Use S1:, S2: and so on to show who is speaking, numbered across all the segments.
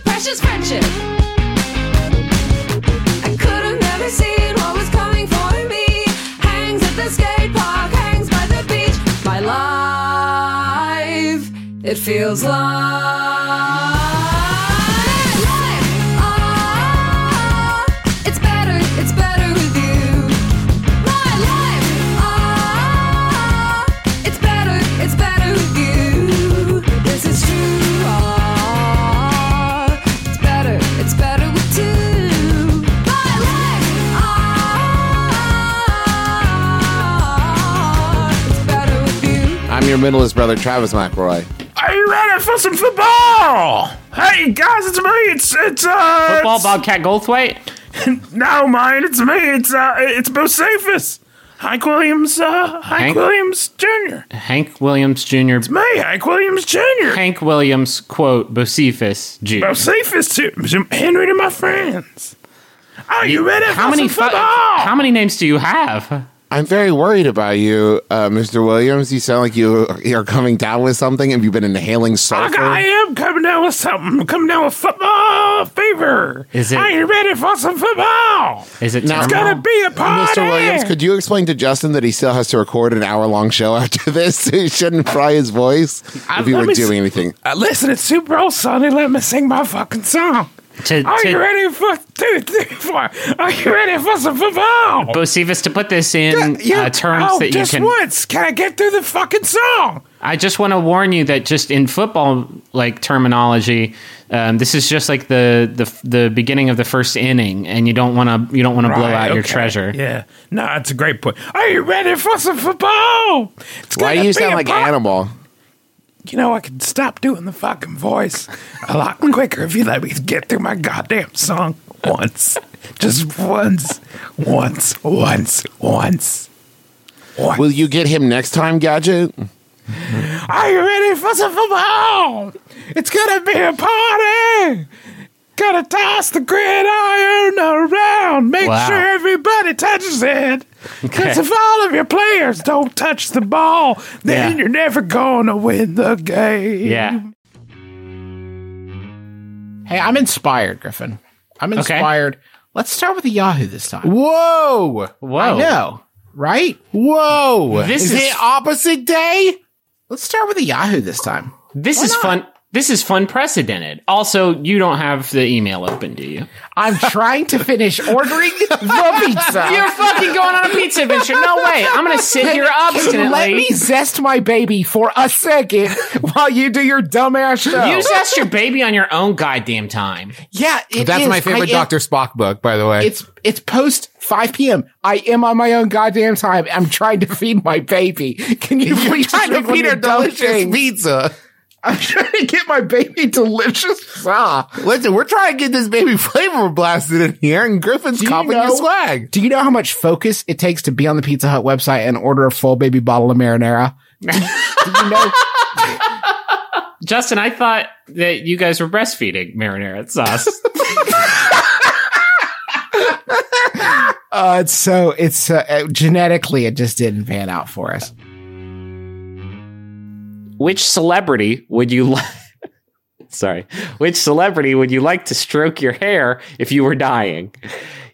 S1: precious friendship. I could have never seen what was coming for me. Hangs at the skate park, hangs by the beach. My life, it feels like life. Ah, it's better, it's better with you. My life, ah, it's better, it's better with you. This is true. Ah, it's better, it's better with two. My life, ah, it's better with you.
S2: I'm your middleest brother, Travis McElroy.
S3: Are you ready for some football? Hey guys, it's me. It's it's uh.
S4: Football Bobcat Goldthwait?
S3: it's- No, mine. It's me. It's uh. It's Bo Cephas. Hank Williams. Uh. Hank,
S4: Hank?
S3: Williams Jr.
S4: Hank Williams Jr.
S3: Me. Hank Williams Jr.
S4: Hank Williams, quote, Bocephus
S3: Bo
S4: Jr.
S3: Cephas to to Henry to my friends. Are you ready
S4: How
S3: for some
S4: many, fu-
S3: football?
S4: how many names do you have?
S2: I'm very worried about you, uh, Mr. Williams. You sound like you you are coming down with something. Have you been inhaling
S3: Fuck, I
S2: sulfur?
S3: am coming down with something. I'm coming down with football fever.
S4: Is it-
S3: Are you ready for some football?
S4: Is it
S2: No.
S3: It's
S4: terminal?
S3: gonna be a party.
S2: Mr. Williams, could you explain to Justin that he still has to record an hour long show after this? So he shouldn't fry his voice
S3: I-
S2: if he
S3: let
S2: were
S3: me s-
S2: doing anything.
S3: Uh, listen, it's Super Bowl Sunday. Let me sing my fucking song.
S4: To-
S3: Are
S4: to-
S3: you ready for two, three, four? Are you ready for some football?
S4: Bocephus, to put this in uh, terms
S3: oh,
S4: that you
S3: just
S4: can.
S3: once. Can I get through the fucking song?
S4: I just want to warn you that just in football like terminology, um, this is just like the, the the beginning of the first inning, and you don't want to you don't want to blow
S3: Right,
S4: out your
S3: okay.
S4: treasure.
S3: Yeah, no, it's a great point. Are you ready for some football? It's gonna
S2: Why do you
S3: be
S2: sound
S3: a
S2: like
S3: par-
S2: animal?
S3: You know, I could stop doing the fucking voice a lot quicker if you let me get through my goddamn song once, just once, once, once, once. once.
S2: Will you get him next time, Gadget?
S3: Are you ready for some football? It's gonna be a party. Gonna toss the gridiron around. Make
S4: Wow.
S3: sure everybody touches it. Because
S4: Okay.
S3: if all of your players don't touch the ball, then
S4: Yeah.
S3: you're never gonna win the game.
S4: Yeah.
S5: Hey, I'm inspired, Griffin. I'm
S4: Okay.
S5: inspired. Let's start with the Yahoo this time.
S2: Whoa!
S4: Whoa.
S5: I know, right?
S2: Whoa!
S4: This
S2: is,
S4: is-
S2: it opposite day?
S5: Let's start with the Yahoo this time.
S4: This is fun. This is fun precedented. Also, you don't have the email open, do you?
S5: I'm trying to finish ordering the pizza.
S4: You're fucking going on a pizza adventure. No way. I'm gonna sit here obstinately.
S5: Let me zest my baby for a second while you do your dumbass show.
S4: You zest your baby on your own goddamn time.
S5: yeah, it
S6: That's
S5: is.
S6: my favorite
S5: I am-
S6: Dr. Spock book, by the way.
S5: It's it's post 5 p.m. I am on my own goddamn time. I'm trying to feed my baby. Can you please drink one of your dumb things?
S6: pizza.
S5: I'm trying to get my baby delicious pizza.
S6: Listen, we're trying to get this baby flavor blasted in here, and Griffin's
S5: Do you
S6: copying
S5: know-
S6: the swag.
S5: Do you know how much focus it takes to be on the Pizza Hut website and order a full baby bottle of marinara? Did you know?
S4: Justin, I thought that you guys were breastfeeding marinara sauce.
S5: Uh, it's so it's uh, uh, genetically it just didn't pan out for us.
S4: Which celebrity would you like? Sorry. Which celebrity would you like to stroke your hair if you were dying?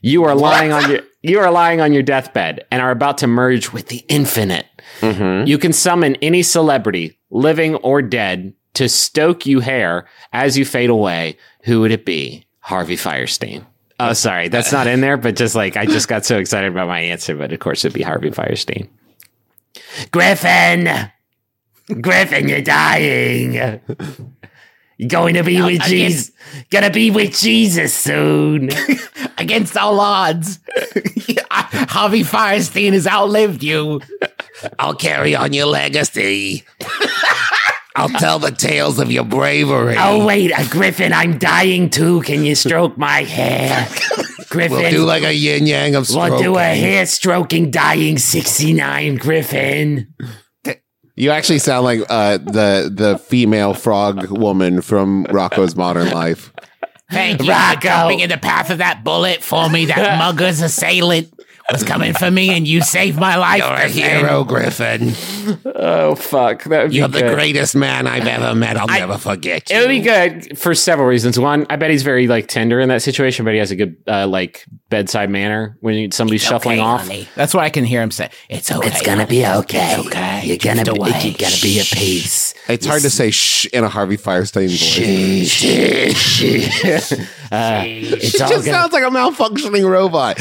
S4: You are lying on your you are lying on your deathbed and are about to merge with the infinite. You can summon any celebrity, living or dead, to stoke you hair as you fade away. Who would it be? Harvey Firestein. Oh, sorry, that's not in there, but just like I just got so excited about my answer, but of course it'd be Harvey Firestein. Griffin! Griffin, you're dying. You're going to be with Jesus. Gonna be with Jesus soon.
S5: Against all odds, Javi Firestein has outlived you.
S6: I'll carry on your legacy.
S2: I'll tell the tales of your bravery.
S4: Oh wait, a griffin! I'm dying too. Can you stroke my hair, Griffin?
S2: we'll do like a yin yang of
S4: we'll
S2: stroking.
S4: do a hair stroking, dying sixty nine Griffin.
S2: You actually sound like uh, the the female frog woman from Rocco's Modern Life.
S5: Thank you
S4: Rocco.
S5: for jumping in the path of that bullet for me. That mugger's assailant was coming for me, and you saved my life.
S2: You're a hero, Griffin.
S4: Oh fuck, that would be
S2: You're
S4: good.
S2: the greatest man I've ever met. I'll never forget
S4: it
S2: you.
S4: would be good for several reasons. One, I bet he's very like tender in that situation, but he has a good uh, like bedside manner when you- somebody's shuffling
S5: Okay,
S4: off.
S5: honey. That's what I can hear him say. It's okay. It's gonna be okay. okay. You're gonna be. You're gonna be a peace.
S2: It's hard to say shh in a Harvey Firestein voice.
S4: It's
S2: It
S4: all
S2: just
S4: gonna-
S2: sounds like a malfunctioning robot.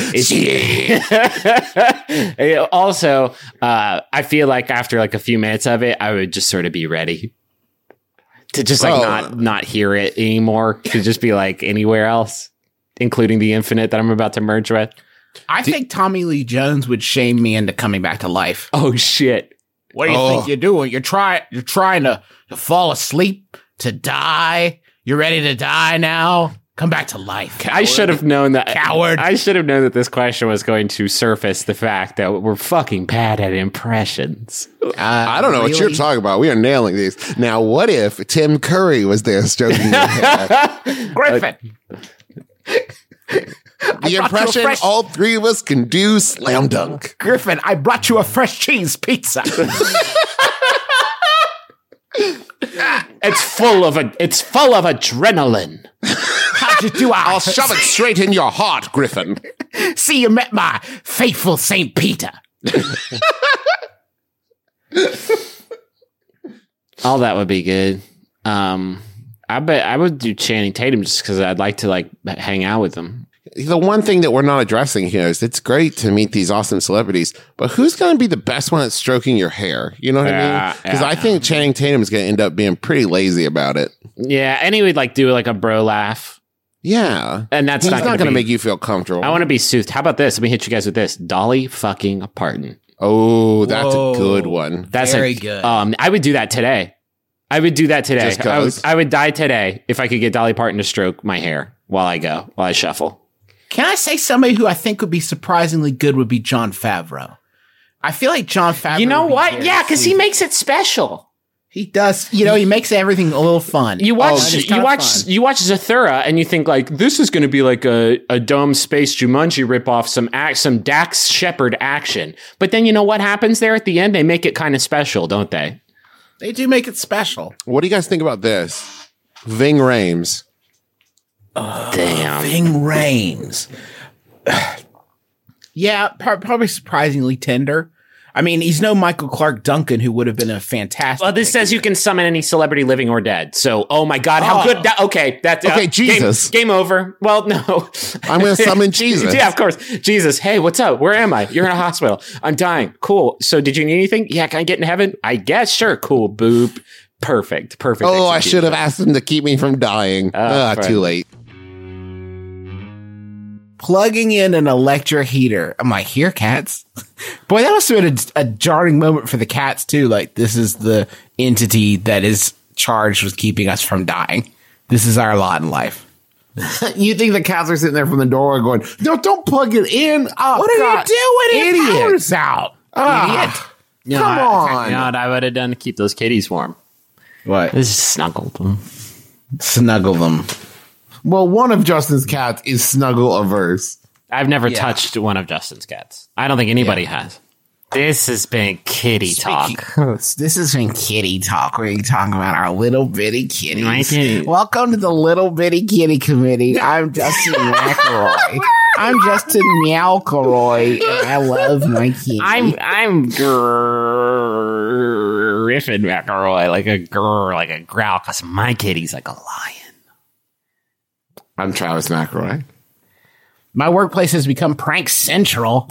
S4: Yeah, also, uh, I feel like after like a few minutes of it, I would just sort of be ready to just like
S2: Oh.
S4: not not hear it anymore. To just be like anywhere else, including the infinite that I'm about to merge with.
S5: I think Tommy Lee Jones would shame me into coming back to life.
S4: Oh shit!
S5: What do you
S2: Oh.
S5: think you're doing? You're trying. You're trying to, to fall asleep, to die. You're ready to die now. Come back to life.
S4: I should have known that.
S5: Coward.
S4: I should have known that this question was going to surface the fact that we're fucking bad at impressions. uh,
S2: I don't know what you're talking about. We are nailing these. Now, what if Tim Curry was there stroking your hair?
S5: Griffin.
S2: The
S5: you a
S2: impression
S5: fresh-
S2: all three of us can do slam dunk.
S5: Griffin, I brought you a fresh cheese pizza.
S4: It's full of a. It's full of adrenaline.
S5: How'd you do? I'll
S2: Shove it straight in your heart, Griffin.
S5: See, you met my faithful Saint Peter.
S4: All that would be good. Um, I bet I would do Channing Tatum just because I'd like to like hang out with him.
S2: The one thing that we're not addressing here is it's great to meet these awesome celebrities, but who's going to be the best one at stroking your hair? You know what I
S4: Yeah,
S2: mean? Because
S4: yeah.
S2: I think Channing Tatum is going to end up being pretty lazy about it.
S4: Yeah, and he would like do like a bro laugh,
S2: Yeah.
S4: and that's
S2: He's
S4: not,
S2: not
S4: gonna
S2: going to
S4: be-
S2: make you feel comfortable.
S4: I want to be soothed. How about this? Let me hit you guys with this: Dolly fucking Parton.
S2: oh, that's
S5: Whoa.
S2: a good one.
S4: That's
S5: Very
S4: a,
S5: good.
S4: Um, I would do that today. I would do that today.
S2: Just 'cause?
S4: I would, I would die today if I could get Dolly Parton to stroke my hair while I go while I shuffle.
S5: Can I say somebody who I think would be surprisingly good would be John Favreau? I feel like John Favreau.
S4: You know
S5: would be
S4: what?
S5: very
S4: Yeah, because he
S5: sweet.
S4: makes it special.
S5: he does. You know, he makes everything a little fun.
S4: You
S5: Oh, it's
S4: watch
S5: kinda
S4: you watch
S5: fun.
S4: you watch Zathura and you think like this is going to be like a, a dumb space Jumanji ripoff, some act, some Dax Shepard action. But then you know what happens there at the end? They make it kind of special, don't they?
S5: They do make it special.
S2: What do you guys think about this? Ving Rames.
S4: Damn.
S5: Ving Rames. yeah, par- probably surprisingly tender. I mean, he's no Michael Clark Duncan, who would have been a fantastic.
S4: Well, this says you can summon any celebrity, living or dead. So, oh my god, how
S5: Oh.
S4: good! That, okay, that's
S2: Okay,
S4: game-
S2: Jesus.
S4: Game, over. Well, no,
S2: I'm going to summon Jesus.
S4: yeah, of course, Jesus. Hey, what's up? Where am I? You're in a hospital. I'm dying. Cool. So, did you need anything? Yeah, can I get in heaven? I guess. Sure. Cool. Boop. Perfect. Perfect.
S2: Oh, I
S4: execution.
S2: should have asked him to keep me from dying.
S4: Oh,
S2: Ah,
S4: right.
S2: too late.
S5: plugging in an electric heater. I'm like, here, cats. Boy, that was sort of a jarring moment for the cats too. Like, this is the entity that is charged with keeping us from dying. This is our lot in life.
S6: You think the cats are sitting there from the door going, no, don't plug it in. Oh,
S5: What are
S6: God.
S5: you doing? It
S6: Idiot. Ah.
S5: powers out, idiot.
S6: Come on.
S4: You know what I would have done to keep those kitties warm?
S5: What?
S4: Is snuggled them.
S5: Snuggle them.
S6: Well, one of Justin's cats is snuggle averse.
S4: I've never touched one of Justin's cats. I don't think anybody has. This has been kitty talk.
S5: This is when kitty talk. We're talking about our little bitty kitties.
S4: My kitties.
S5: Welcome to the little bitty kitty committee. I'm Justin McElroy. I'm Justin McElroy, and I love my kitty.
S4: I'm I'm Griffin McElroy, like a grr, like a growl, because my kitty's like a lion.
S2: I'm Travis McElroy.
S5: my workplace has become prank central.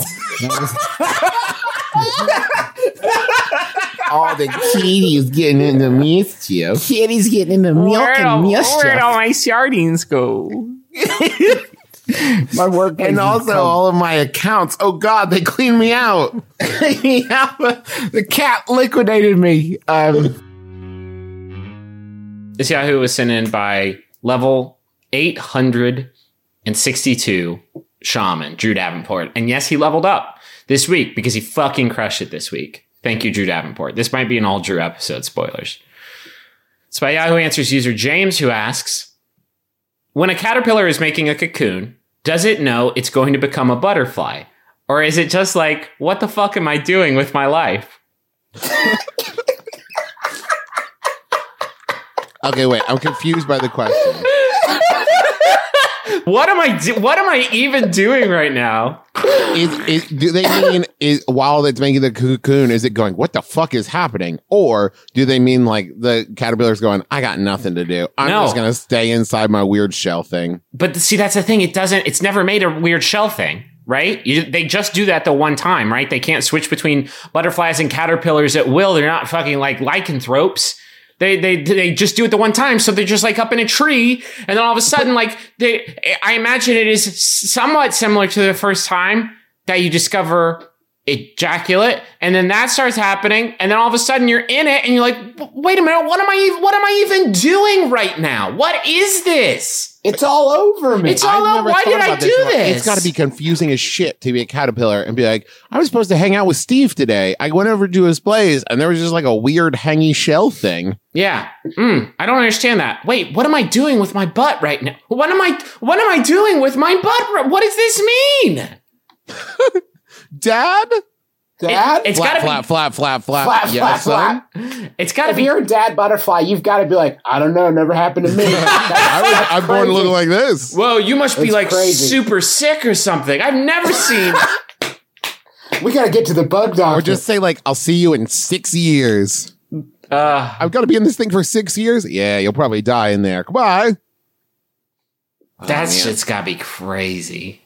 S6: All the kitty is getting into mischief.
S5: Kitty's getting into milk and mischief.
S4: my sardines go?
S5: My workplace
S6: And also all of my accounts. Oh God, they cleaned me out.
S5: yeah, the cat liquidated me. Um,
S4: This Yahoo was sent in by level 862 shaman, Drew Davenport. And yes, he leveled up this week because he fucking crushed it this week. Thank you, Drew Davenport. This might be an all Drew episode, spoilers. It's by Yahoo Answers user James who asks When a caterpillar is making a cocoon, does it know it's going to become a butterfly? Or is it just like, what the fuck am I doing with my life?
S2: Okay, wait. I'm confused by the question.
S4: What am I do- what am I even doing right now?
S2: Is, is do they mean is while it's making the cocoon? Is it going? What the fuck is happening? Or do they mean like the caterpillar's going? I got nothing to do. I'm
S4: No.
S2: just gonna stay inside my weird shell thing.
S4: But see, that's the thing. It doesn't. It's never made a weird shell thing, right? You, they just do that the one time, right? They can't switch between butterflies and caterpillars at will. They're not fucking like lycanthropes. They, they they just do it the one time, so they're just like up in a tree, and then all of a sudden, like they, I imagine it is somewhat similar to the first time that you discover ejaculate, and then that starts happening, and then all of a sudden you're in it, and you're like, "W- wait a minute, what am I, even- what am I even doing right now? What is this?
S7: It's all over me.
S4: It's all
S2: I've
S4: over.
S2: never
S4: Why
S2: thought
S4: did I
S2: about
S4: do
S2: this. I'm like,
S4: this?
S2: It's got to be confusing as shit to be a caterpillar and be like, I was supposed to hang out with Steve today. I went over to his place and there was just like a weird hangy shell thing.
S4: Yeah. Mm, I don't understand that. Wait, what am I doing with my butt right now? What am I? What am I doing with my butt? ri- What does this mean? It-
S2: Dad,
S7: Dad?
S4: it's
S2: flap,
S4: gotta
S2: flap, flap, flap, flap,
S7: Flap,
S2: Yeah,
S7: flap,
S2: son?
S7: flap.
S4: be. It's gotta
S7: If
S4: be.
S7: you're a dad butterfly, you've got to be like, I don't know, never happened to me.
S2: I was, I'm born
S7: Crazy.
S2: looking like this.
S4: Whoa, you must be
S7: It's
S4: like
S7: crazy.
S4: super sick or something. I've never seen.
S7: we got to get to the bug doctor.
S2: Or just say like, I'll see you in six years.
S4: uh,
S2: I've got to be in this thing for six years. Yeah, you'll probably die in there. Goodbye. Oh,
S4: that shit's gotta be crazy.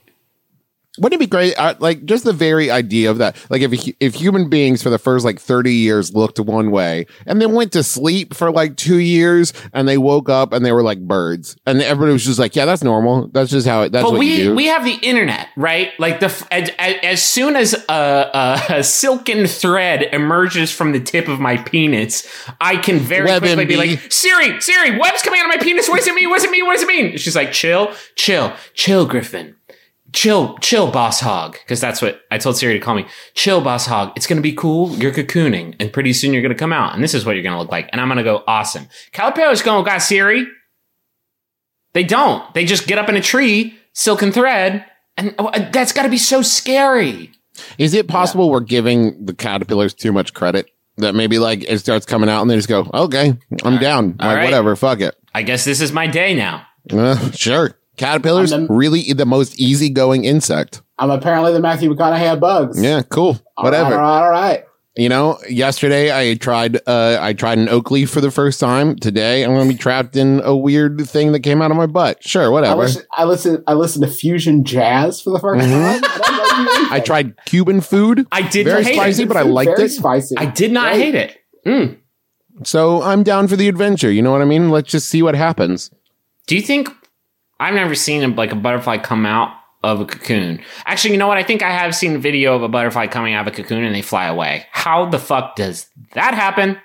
S2: Wouldn't it be great? Uh, like just the very idea of that. Like if hu- if human beings for the first like thirty years looked one way and then went to sleep for like two years and they woke up and they were like birds and everybody was just like, yeah, that's normal. That's just how it. That's
S4: But
S2: what you
S4: we
S2: do.
S4: we have the internet, right? Like the f- as, as, as soon as a, a, a silken thread emerges from the tip of my penis, I can very quickly be
S2: WebMD.
S4: like, Siri, Siri, web's coming out of my penis. What does it mean? What does it mean? What does it mean? She's like, chill, chill, chill, Griffin. Chill, chill, boss hog. Because that's what I told Siri to call me. Chill, boss hog. It's going to be cool. You're cocooning. And pretty soon you're going to come out. And this is what you're going to look like. And I'm going to go, awesome. Calipello's going, got Siri. They don't. They just get up in a tree, silken thread, and oh, uh, that's got to be so scary.
S2: Is it possible we're giving the caterpillars too much credit? That maybe like it starts coming out and they just go, okay, I'm down.
S4: All
S2: like
S4: right.
S2: whatever, fuck it.
S4: I guess this is my day now.
S2: Uh, sure. Caterpillars
S7: I'm the-
S2: really the most easygoing insect.
S7: I'm apparently the Matthew McConaughey of bugs.
S2: Yeah, cool. Whatever.
S7: All right, all right.
S2: You know, yesterday I tried uh I tried an oak leaf for the first time. Today I'm gonna be trapped in a weird thing that came out of my butt. Sure,
S7: I
S2: whatever.
S7: listen, I listen. I listen to fusion jazz for the 1st time. I, don't know anything.
S2: Mm-hmm. I tried Cuban food.
S4: I did
S2: Very
S4: not hate
S2: spicy,
S4: it.
S2: but I liked
S7: Very
S2: it.
S7: Spicy.
S4: I did not
S7: Right.
S4: hate it. Mm.
S2: So I'm down for the adventure. You know what I mean? Let's just see what happens.
S4: Do you think I've never seen a, like a butterfly come out of a cocoon? Actually, you know what? I think I have seen a video of a butterfly coming out of a cocoon and they fly away. How the fuck does that happen?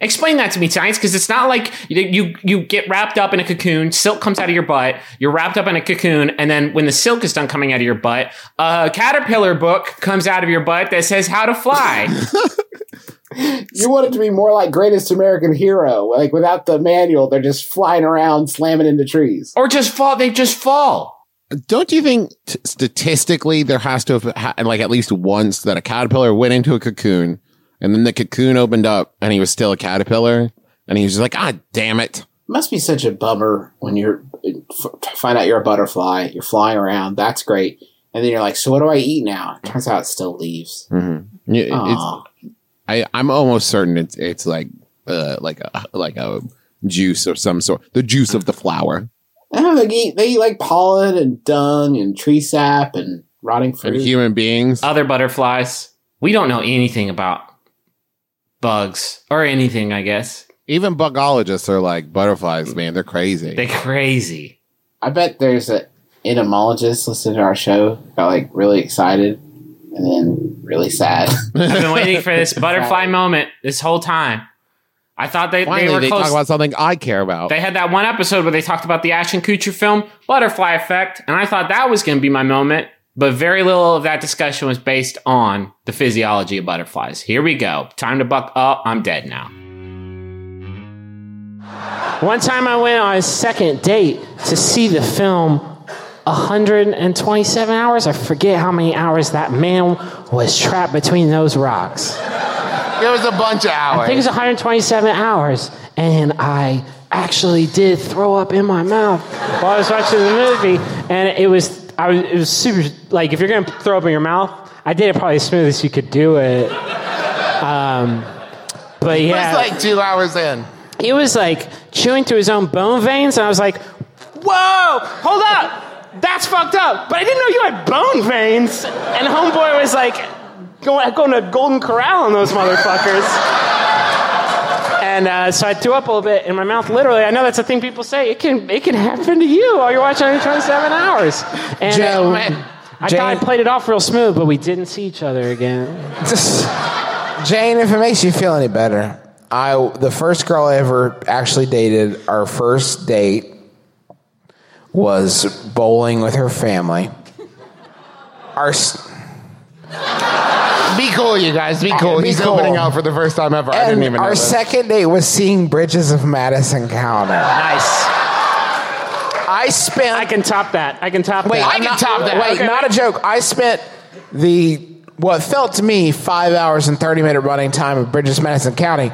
S4: Explain that to me, science, because it's not like you, you you get wrapped up in a cocoon, silk comes out of your butt, you're wrapped up in a cocoon, and then when the silk is done coming out of your butt, a caterpillar book comes out of your butt that says how to fly.
S7: You want it to be more like Greatest American Hero, like without the manual, they're just flying around, slamming into trees.
S4: or just fall, they just fall.
S2: Don't you think t- statistically there has to have ha- like at least once that a caterpillar went into a cocoon and then the cocoon opened up and he was still a caterpillar and he was just like, ah, damn it.
S7: must be such a bummer when you're f- find out you're a butterfly, you're flying around. That's great, and then you're like, so what do I eat now? Turns out, it still leaves.
S2: Mm-hmm. It's,
S7: Aw.
S2: I, I'm almost certain it's it's like uh like a like a juice of some sort. The juice of the flower.
S7: I don't know, they eat they eat like pollen and dung and tree sap and rotting
S2: And
S7: fruit.
S2: human beings.
S8: Uh,
S4: Other butterflies, we don't know anything about bugs or anything, I guess.
S2: Even bugologists are like butterflies, man. They're crazy.
S4: They're crazy.
S7: I bet there's a entomologist listening to our show got like really excited and then really sad.
S4: I've been waiting for this butterfly moment this whole time.
S8: I thought they, they
S2: Finally,
S8: were
S2: they
S8: close.
S2: talk about something I care about.
S8: They had that one episode where they talked about the Ashton Kutcher film Butterfly Effect, and I thought that was going to be my moment, but very little of that discussion was based on the physiology of butterflies. Here we go. Time to buck up. I'm dead now. One time I went on a second date to see the film 127 hours. I forget how many hours that man was trapped between those rocks.
S9: It was a bunch of
S8: I think
S9: hours.
S8: it's 127 hours, and I actually did throw up in my mouth while I was watching the movie, and it was I was it was super like if you're gonna throw up in your mouth, I did it probably as smooth as you could do it. Um, but
S9: It
S8: yeah,
S9: was like two hours in.
S8: he was like chewing through his own bone veins, and I was like, "Whoa, hold up, that's fucked up." But I didn't know you had bone veins. And homeboy was like, "Going, going to Golden Corral on those motherfuckers." And uh, so I threw up a little bit in my mouth. Literally, I know that's a thing people say. It can it can happen to you while you're watching 27 hours. And
S5: Joe,
S8: uh, I thought I
S5: Jane-
S8: played it off real smooth, but we didn't see each other again.
S5: Jane, if it makes you feel any better, I the first girl I ever actually dated, our first date was bowling with her family. Our s-
S2: Be cool, you guys. Be cool.
S5: Be
S2: He's
S5: cool.
S2: opening out for the first time ever. I
S5: and
S2: didn't even know.
S5: our
S2: this.
S5: second date was seeing Bridges of Madison County.
S8: Nice.
S5: I spent
S8: I can top that. I can top
S5: Wait,
S8: that.
S5: I'm
S8: can
S5: not,
S8: top that.
S5: Wait,
S8: Okay,
S5: not a joke. I spent the what felt to me five hours and thirty minute running time of Bridges Madison County,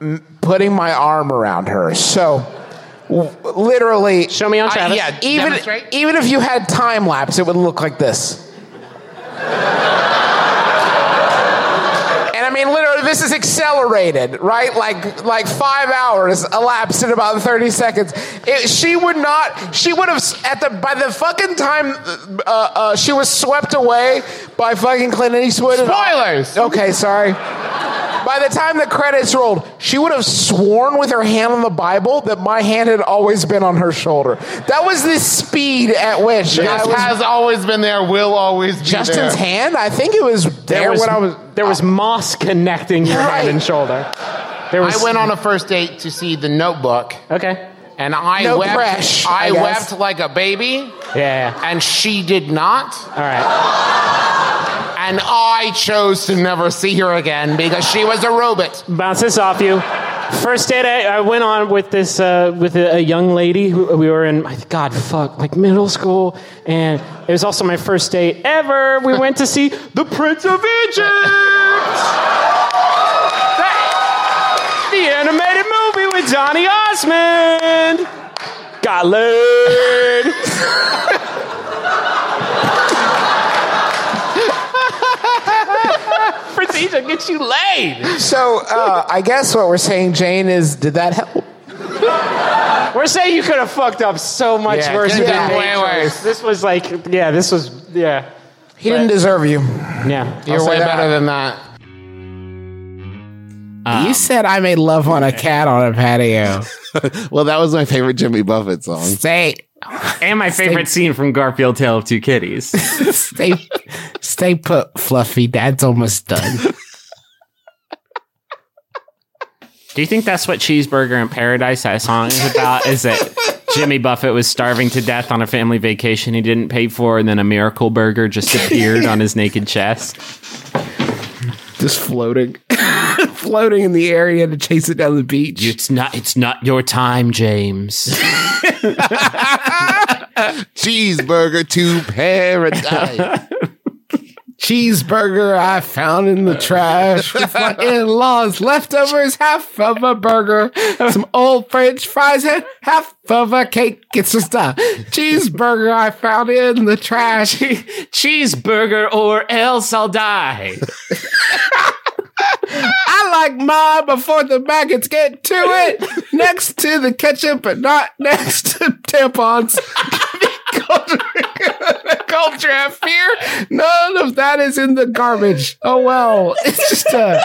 S5: m- putting my arm around her. So, w- literally,
S8: Show me on
S5: I-
S8: Travis.
S5: yeah, even
S9: Demonstrate.
S5: even if you had time lapse, it would look like this. And I mean, literally, this is accelerated, right? Like, like five hours elapsed in about thirty seconds. It, she would not. She would have at the by the fucking time uh, uh, she was swept away by fucking Clint Eastwood. and-
S2: Spoilers!
S5: Okay, sorry. By the time the credits rolled, she would have sworn with her hand on the Bible that my hand had always been on her shoulder. That was the speed at which I
S2: This
S5: was.
S2: has always been there. Will always be
S5: Justin's
S2: there.
S5: hand, I think it was there,
S8: there was,
S5: when I was.
S8: there was moss connecting your
S5: Right.
S8: hand and shoulder. There was
S2: I went on a first date to see The Notebook,
S8: okay.
S2: and I
S5: No
S2: wept.
S5: crash,
S2: I,
S5: I guess.
S2: wept like a baby,
S8: Yeah.
S2: and she did not.
S8: All right.
S2: And I chose to never see her again because she was a robot.
S8: Bounce this off you. First date I, I went on with this uh, with a, a young lady who we were in. My God, fuck, like middle school, and it was also my first date ever. We went to see The Prince of Egypt. That- the animated movie with Johnny Osmond. Got laid. Prince of Egypt gets you laid.
S5: So uh, I guess what we're saying, Jane, is did that help?
S8: We're saying you could have fucked up so much
S2: Yeah,
S8: worse
S2: could've
S8: than
S2: been way
S8: Matrix.
S2: worse.
S8: This was like, yeah, this was, yeah,
S5: He didn't deserve you.
S8: yeah.
S2: You're
S5: say
S2: way
S5: that.
S2: better than that.
S5: you said I made love on a cat on a patio.
S2: Well, that was my favorite Jimmy Buffett song.
S5: Stay,
S8: And my favorite scene from Garfield Tale of Two Kitties.
S5: stay, stay put, Fluffy. Dad's almost done.
S8: Do you think that's what Cheeseburger in Paradise, that song is about? is that Jimmy Buffett was starving to death on a family vacation he didn't pay for, and then a miracle burger just appeared on his naked chest?
S5: Just floating, floating in the area to chase it down the beach.
S8: It's not, it's not your time, James.
S2: Cheeseburger to paradise.
S5: cheeseburger I found in the trash with my in-laws leftovers half of a burger some old french fries and half of a cake it's just a cheeseburger I found in the trash
S8: Cheeseburger or else I'll die.
S5: I like mine before the maggots get to it next to the ketchup but not next to tampons the culture of fear none of that is in the garbage oh well it's just uh,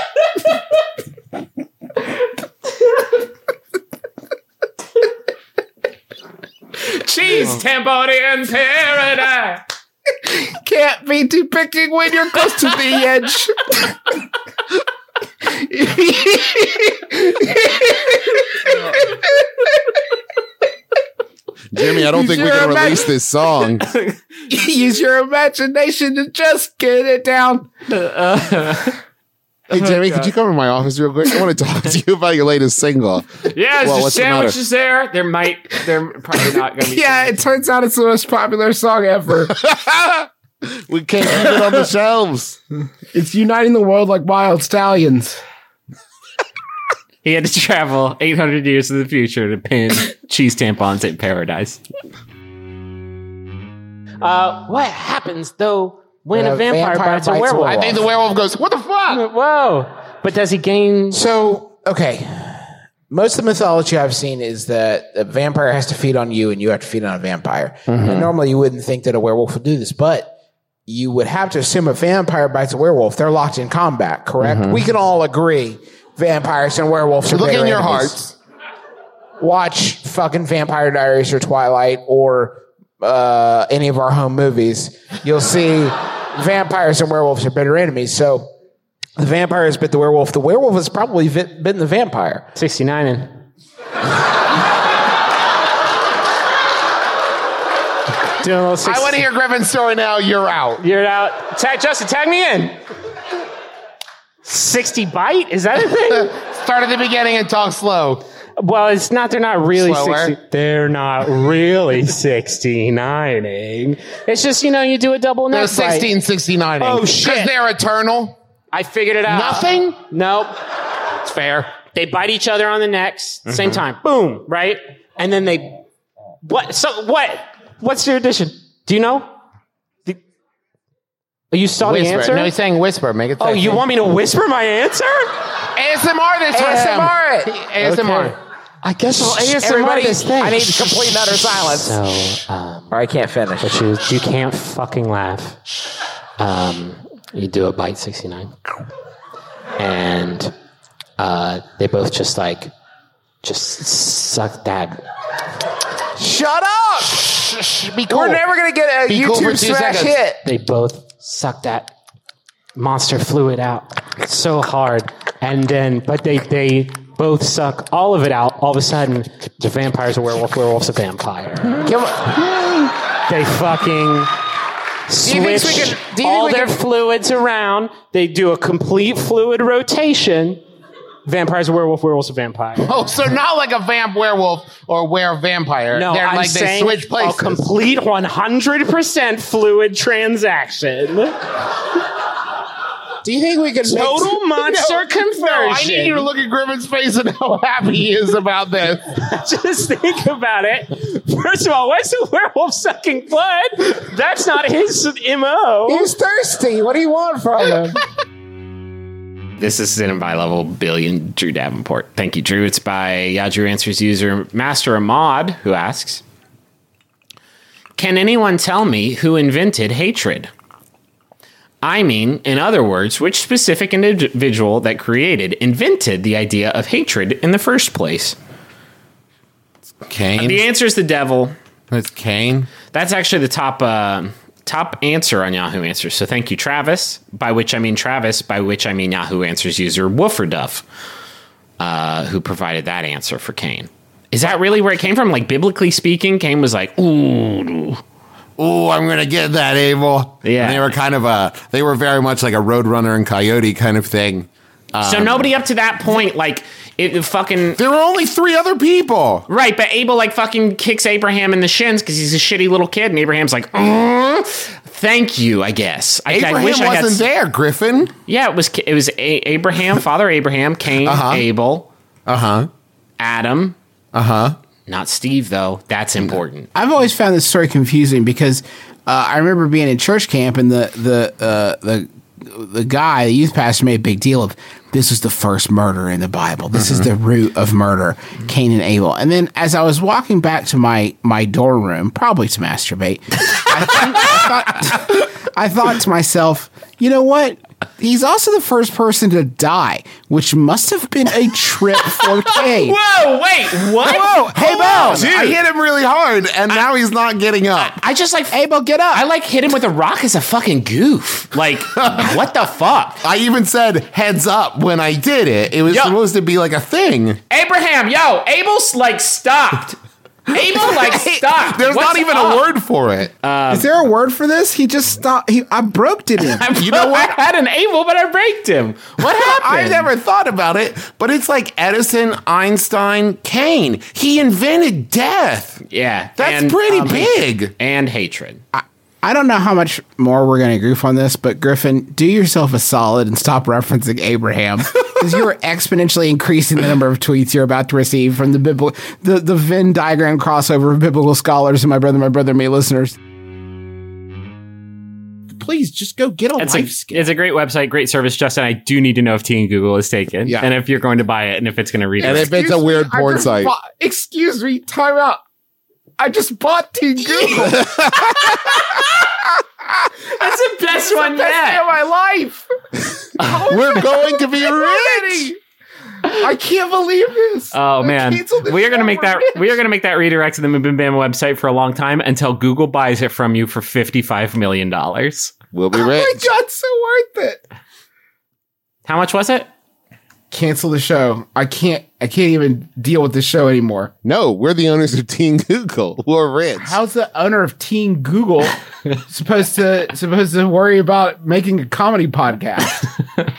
S5: a
S8: Cheese Tambori in Paradise.
S5: can't be too picky when you're close to the edge.
S2: Jimmy, I don't think we
S4: sure
S2: can
S4: about-
S2: release this song.
S4: Use your imagination to just get it down.
S2: Hey, Jimmy, could you come to my office real quick? I want to talk to you about your latest single.
S8: Yeah,
S2: Well,
S8: well,
S2: what's
S8: just
S2: the matter?
S8: sandwiches there. There might, they're probably not going to be.
S4: Yeah, it turns out it's the most popular song ever.
S2: We can't keep it on the shelves.
S4: it's uniting the world like wild stallions.
S8: He had to travel 800 years in the future to pin cheese tampons in paradise. Uh, what happens though when a vampire, bites, a werewolf?
S10: I think the werewolf goes, "What the fuck?"
S8: Whoa! But does he gain?
S5: So, okay. Most of the mythology I've seen is that a vampire has to feed on you and you have to feed on a vampire.
S2: Mm-hmm.
S5: And normally you wouldn't think that a werewolf would do this, but you would have to assume a vampire bites a werewolf. They're locked in combat, correct? We can all agree vampires and werewolves are
S2: Mm-hmm. Look
S5: better
S2: in your
S5: enemies.
S2: hearts.
S5: Watch fucking Vampire Diaries or Twilight or uh, any of our home movies. You'll see vampires and werewolves are better enemies. So the vampire has bit the werewolf. The werewolf has probably bit, bitten the vampire.
S8: 69 and. Doing a little six,
S5: to hear Griffin's story now. You're out.
S8: You're out. Tag Justin, tag me in. 60 bite? Is that a thing?
S5: Start at the beginning and talk slow.
S8: well, it's not. They're not really
S5: Slower.
S8: 60. They're not really 69ing. It's just, you know, you do a double neck bite.
S5: 1669.
S8: Oh, shit.
S5: they're eternal.
S8: I figured it out.
S5: Nothing?
S8: Nope. It's fair. They bite each other on the necks, same time. Boom, right? And then they what so what? What's your addition? Do you know? The- you saw the
S5: Whisper.
S8: answer?
S5: No, he's saying whisper. Make it.
S8: oh, you want me to whisper my answer?
S5: ASMR this
S10: ASMR
S5: it. ASMR.
S8: I guess I'll
S5: Everybody,
S8: ASMR this thing.
S5: I need complete and utter silence.
S8: so,
S5: Or I can't finish.
S8: you, you can't fucking laugh. Um, you do a bite 69. And uh, they both just like, just suck that.
S5: Shut up!
S2: Be cool.
S5: We're never gonna get a
S2: Be cool for
S5: YouTube
S2: two
S5: smash
S2: seconds.
S5: hit.
S8: They both suck that monster fluid out so hard. And then, but they, they both suck all of it out. All of a sudden, the vampire's a werewolf, werewolf's a vampire.
S5: Come on.
S8: They fucking
S5: Do you think
S8: switch
S5: we can? Do you
S8: all
S5: think we
S8: their
S5: can?
S8: fluids around. They do a complete fluid rotation. Vampire's a werewolf, werewolf's a vampire.
S10: Oh, so not like a vamp werewolf or were vampire.
S8: no,
S10: they're
S8: I'm
S10: like they
S8: saying
S10: switch
S8: a
S10: places.
S8: complete 100% fluid transaction.
S5: Do you think we can?
S8: Total monster
S10: No, I need you
S8: conversion.
S10: to look at Griffin's face and how happy he is about this.
S8: Just think about it. First of all, why's the werewolf sucking blood? That's not his MO.
S5: He's thirsty. What do you want from him?
S8: This is Cinema Level Billion Drew Davenport. Thank you, Drew. It's by Yadru Answers user Master Ahmad, who asks Can anyone tell me who invented hatred? I mean, in other words, which specific individual that created, invented the idea of hatred in the first place?
S2: Kane.
S8: The answer is the devil.
S2: That's Kane.
S8: That's actually the top uh, top answer on Yahoo Answers. So thank you, Travis. By which I mean Travis. By which I mean Yahoo Answers user Woofer Duff, uh, who provided that answer for Cain. Is that really where it came from? Like biblically speaking, Cain was like, "Ooh,
S2: Oh, I'm gonna get that, Abel.
S8: Yeah.
S2: And they were kind of a. They were very much like a Roadrunner and Coyote kind of thing.
S8: so
S2: Um,
S8: nobody up to that point, like it the fucking."
S2: There were only three other people.
S8: Right, but Abel like fucking kicks Abraham in the shins because he's a shitty little kid, and Abraham's like, "Mm, "Thank you, I guess." I,
S2: Abraham
S8: I wish I
S2: wasn't
S8: had
S2: there. Griffin.
S8: Yeah, it was it was a- Abraham, Father Abraham, Cain,
S2: Uh-huh.
S8: Abel,
S2: Uh huh.
S8: Adam,
S2: Uh huh.
S8: not Steve though. That's important.
S11: I've always found this story confusing because uh, I remember being in church camp and the the uh, the the guy, the youth pastor, made a big deal of this is the first murder in the Bible. This is the root of murder, Cain and Abel. And then as I was walking back to my my dorm room, probably to masturbate, I, think, I, thought, I thought to myself, you know what?
S5: He's also the first person to die, which must have been a trip for Kane.
S4: Whoa, wait, what?
S2: Whoa, hey, Bell!
S4: dude.
S2: I hit him really hard, and now he's not getting up.
S4: I just like
S5: Abel, get up.
S4: I like hit him with a rock as a fucking goof. Like, what the fuck?
S2: I even said heads up when I did it. It was
S4: Yeah.
S2: supposed to be like a thing.
S4: Abraham, yo, Abel's like stopped. Abel like stopped.
S2: There's
S4: What's
S2: not even
S4: up?
S2: a word for it.
S5: Is there a word for this? He just stopped. He, I broke it in.
S2: You know what?
S4: I had an Abel, but I raked him. What happened?
S2: I've never thought about it, but it's like Edison, Einstein, Kane. He invented death.
S4: Yeah,
S2: That's
S4: and,
S2: pretty
S4: um,
S2: big.
S4: And hatred.
S5: I don't know how much more we're going to goof on this, but Griffin, do yourself a solid and stop referencing Abraham because you are exponentially increasing the number of tweets you're about to receive from the biblical, the, the Venn diagram crossover of biblical scholars and my brother, my brother, me listeners. Please just go get a
S4: It's a,
S5: life skill.
S4: it's a great website, great service, Justin. I do need to know if Team Google is taken,
S2: Yeah.
S4: and if you're going to buy it, and if it's going to read
S2: And
S4: it.
S2: if it's a weird
S5: I
S2: porn
S5: just
S2: site.
S5: bought- excuse me, time out. I just bought Team Google.
S4: That's the best one
S5: Best day of
S4: yet.
S5: my life.
S2: We're going to be rich.
S5: Already. I can't believe this.
S4: Oh
S5: I
S4: man,
S5: canceled this
S4: we are going to
S5: show
S4: make
S5: for
S4: that
S5: rich.
S4: we are going to make that redirect to the Mbim Bam website for a long time until Google buys it from you for fifty five million dollars.
S2: We'll be
S5: Oh my
S2: rich.
S5: god, so worth it.
S4: How much was it?
S5: Cancel the show. I can't. I can't even deal with this show anymore.
S2: No, we're the owners of Team Google. We're rich.
S5: How's the owner of Teen Google supposed to supposed to worry about making a comedy podcast?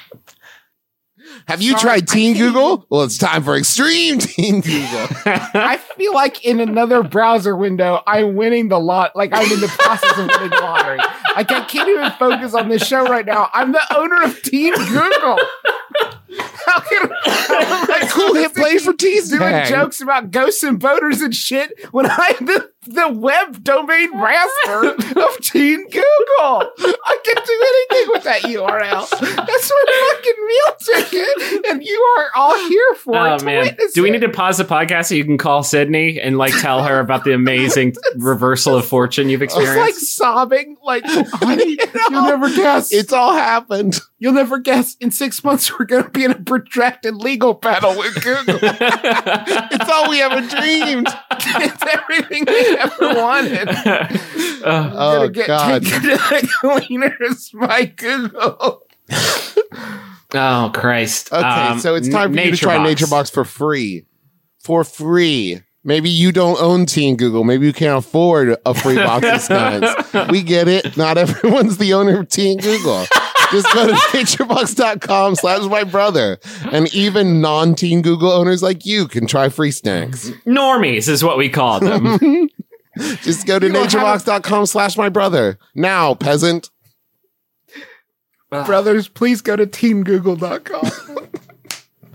S2: Have you tried Team Google? Well, it's time for Extreme Team Google.
S5: I feel like in another browser window, I'm winning the lot. Like I'm in the process of winning the lottery. Like I can't even focus on this show right now. I'm the owner of Team Google. How can I
S2: cool hit plays for Team
S5: doing jokes about ghosts and boaters and shit when I'm the, the web domain master of Team Google? I can do anything with that URL. That's my fucking meal ticket, and you are all here for it.
S4: Oh
S5: To
S4: man,
S5: witness
S4: do we
S5: it.
S4: need to pause the podcast so you can call Sydney and like tell her about the amazing reversal of fortune you've
S5: I was
S4: experienced?
S5: like sobbing, like honey, you'll
S2: all-
S5: never guess.
S2: It's all happened.
S5: you'll never guess. In six months, we're gonna be in a protracted legal battle with Google.
S2: It's all we ever dreamed.
S5: it's everything we ever wanted.
S4: Uh,
S5: I'm
S2: Oh
S5: gonna get
S2: God!
S5: taken to the cleaners by Google.
S4: oh Christ.
S2: Okay,
S4: Um,
S2: so it's time for you to
S4: Nature
S2: try
S4: Box.
S2: Nature Box for free. For free. Maybe you don't own Team Google. Maybe you can't afford a free box of snacks. We get it. Not everyone's the owner of Team Google. Just go to naturebox.com slash my brother. And even non-Team Google owners like you can try free snacks.
S4: Normies is what we call them.
S2: Just go to naturebox.com slash my brother. Now, peasant.
S5: Brothers, please go to teamgoogle.com.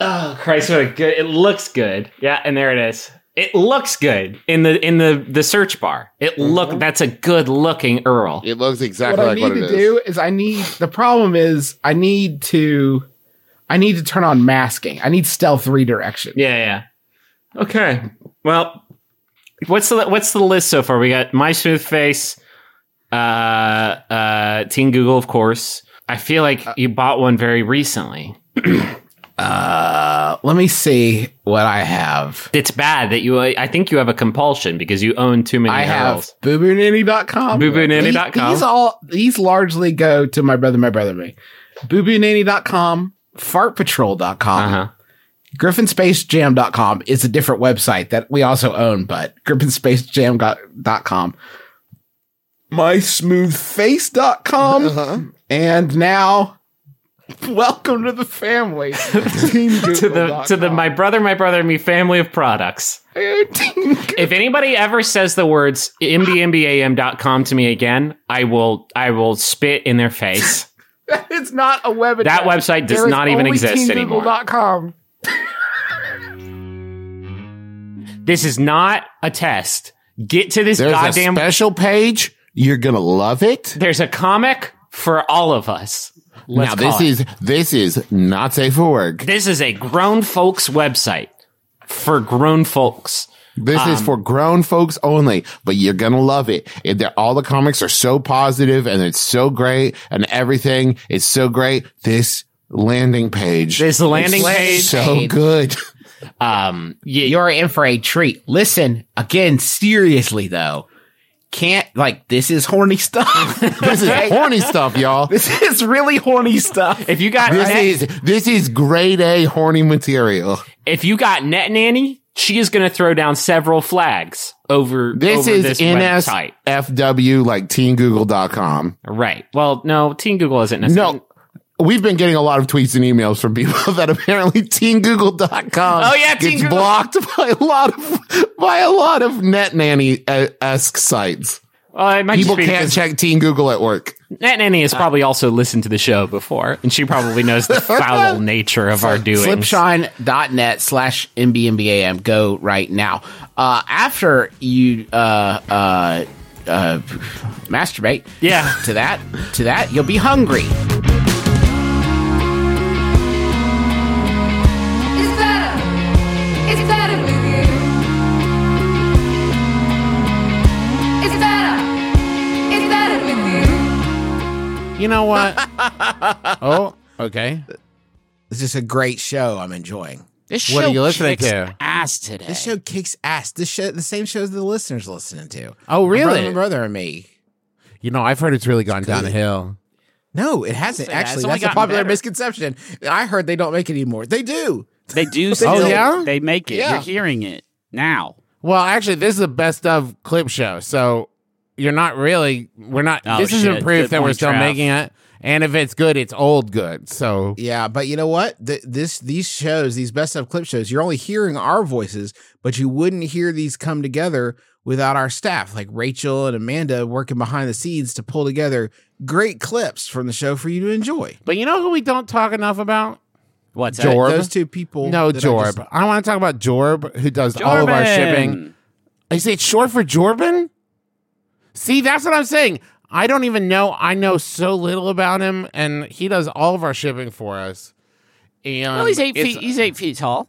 S4: oh Christ, what a good! It looks good. Yeah, and there it is. It looks good in the in the the search bar. It
S5: Mm-hmm.
S4: look that's a good looking Earl.
S2: It looks
S5: what
S2: exactly
S5: I
S2: like
S5: need
S2: what it
S5: to
S2: is.
S5: do is I need the problem is I need to I need to turn on masking. I need stealth redirection.
S4: Yeah, yeah. Okay. Well, what's the what's the list so far? We got my smooth face, uh, uh, Teen Google, of course. I feel like you bought one very recently.
S5: Uh, let me see what I have.
S4: It's bad that you. I think you have a compulsion because you own too many.
S5: I have
S4: Earls.
S5: boobonanny.com.
S4: BooBooNanny.com.
S5: These, these all these largely go to my brother, my brother, me. Boobonanny.com, fartpatrol.com,
S4: Uh-huh.
S5: griffinspacejam.com is a different website that we also own, but griffinspacejam.com, mysmoothface.com, and now welcome to the family.
S4: To the to the my brother, my brother, and me family of products. if anybody ever says the words mbmbam.com to me again, I will I will spit in their face.
S5: it's not a web
S4: That website does
S5: There is
S4: not even
S5: only
S4: exist anymore.
S5: teamgoogle.com.
S4: This is not a test. Get to this
S2: There's
S4: goddamn
S2: a special page. You're gonna love it.
S4: There's a comic for all of us. Let's
S2: now this
S4: call it.
S2: is this is not safe for work.
S4: This is a grown folks website for grown folks.
S11: This
S4: Um,
S11: is for grown folks only, but you're gonna love it. And they're- all the comics are so positive, and it's so great, and everything is so great. This landing page,
S4: This landing
S11: is
S4: page.
S11: so good.
S2: Um, you, you're in for a treat. Listen, again, seriously though, can't like this is horny stuff.
S11: This is horny stuff, y'all. This
S2: this is really horny stuff.
S4: If you got net,
S11: is this is grade A horny material.
S4: if you got net nanny, she is going to throw down several flags over
S11: This
S4: over
S11: is
S4: this website.
S11: NSFW like teengoogle.com.
S4: Right. Well, no, Teen Google isn't necessarily.
S11: No. We've been getting a lot of tweets and emails from people that apparently teengoogle.com
S4: Oh, yeah,
S11: gets
S4: Teen Google.
S11: blocked by a lot of by a lot of net nanny uh, esque sites.
S4: Well, it might
S11: People
S4: just be
S11: can't
S4: because
S11: check Teen Google at work.
S4: Net nanny has probably also listened to the show before, and she probably knows the foul nature of our doing.
S2: Flipshine.net slash MBMBAM. Go right now. Uh, after you uh, uh, uh, masturbate
S4: Yeah.
S2: to that, to that, you'll be hungry.
S1: It's better. It's better with you. It's better. It's better with you.
S2: You know what? oh, okay.
S5: This is a great show. I'm enjoying.
S2: This
S5: What are you listening
S2: kicks
S5: to?
S2: Ass today.
S5: This show kicks ass. This show, the same shows the listeners listening to.
S2: Oh,
S5: My brother,
S2: really?
S5: my brother and me.
S2: you know, I've heard it's really gone
S5: downhill. No, it hasn't.
S2: yeah, it's
S5: Actually,
S2: only
S5: that's a
S2: gotten
S5: popular
S2: better.
S5: misconception. I heard they don't make it anymore. They do.
S12: They do.
S5: still- yeah?
S12: They make it.
S5: Yeah.
S12: You're hearing it now.
S2: Well, actually, this is the best of clip show, so you're not really. We're not.
S12: Oh,
S2: this
S12: shit.
S2: isn't proof
S12: Good
S2: that we're
S12: point,
S2: still
S12: Trav.
S2: making it. And if it's good, it's old good. So
S5: Yeah, but you know what? Th this these shows, these best of clip shows, you're only hearing our voices, but you wouldn't hear these come together without our staff, like Rachel and Amanda working behind the scenes to pull together great clips from the show for you to enjoy.
S2: But you know who we don't talk enough about?
S12: What's that?
S11: Jorb.
S5: Those two people.
S2: No,
S5: that I just-
S2: Jorb. I, want to talk about Jorb, who does all of our shipping.
S12: Jordan.
S2: Is it short for Jordan? See, that's what I'm saying. I don't even know. I know so little about him, and he does all of our shipping for us. And
S12: Well, Oh, he's eight
S2: it's-
S12: feet. He's eight feet tall.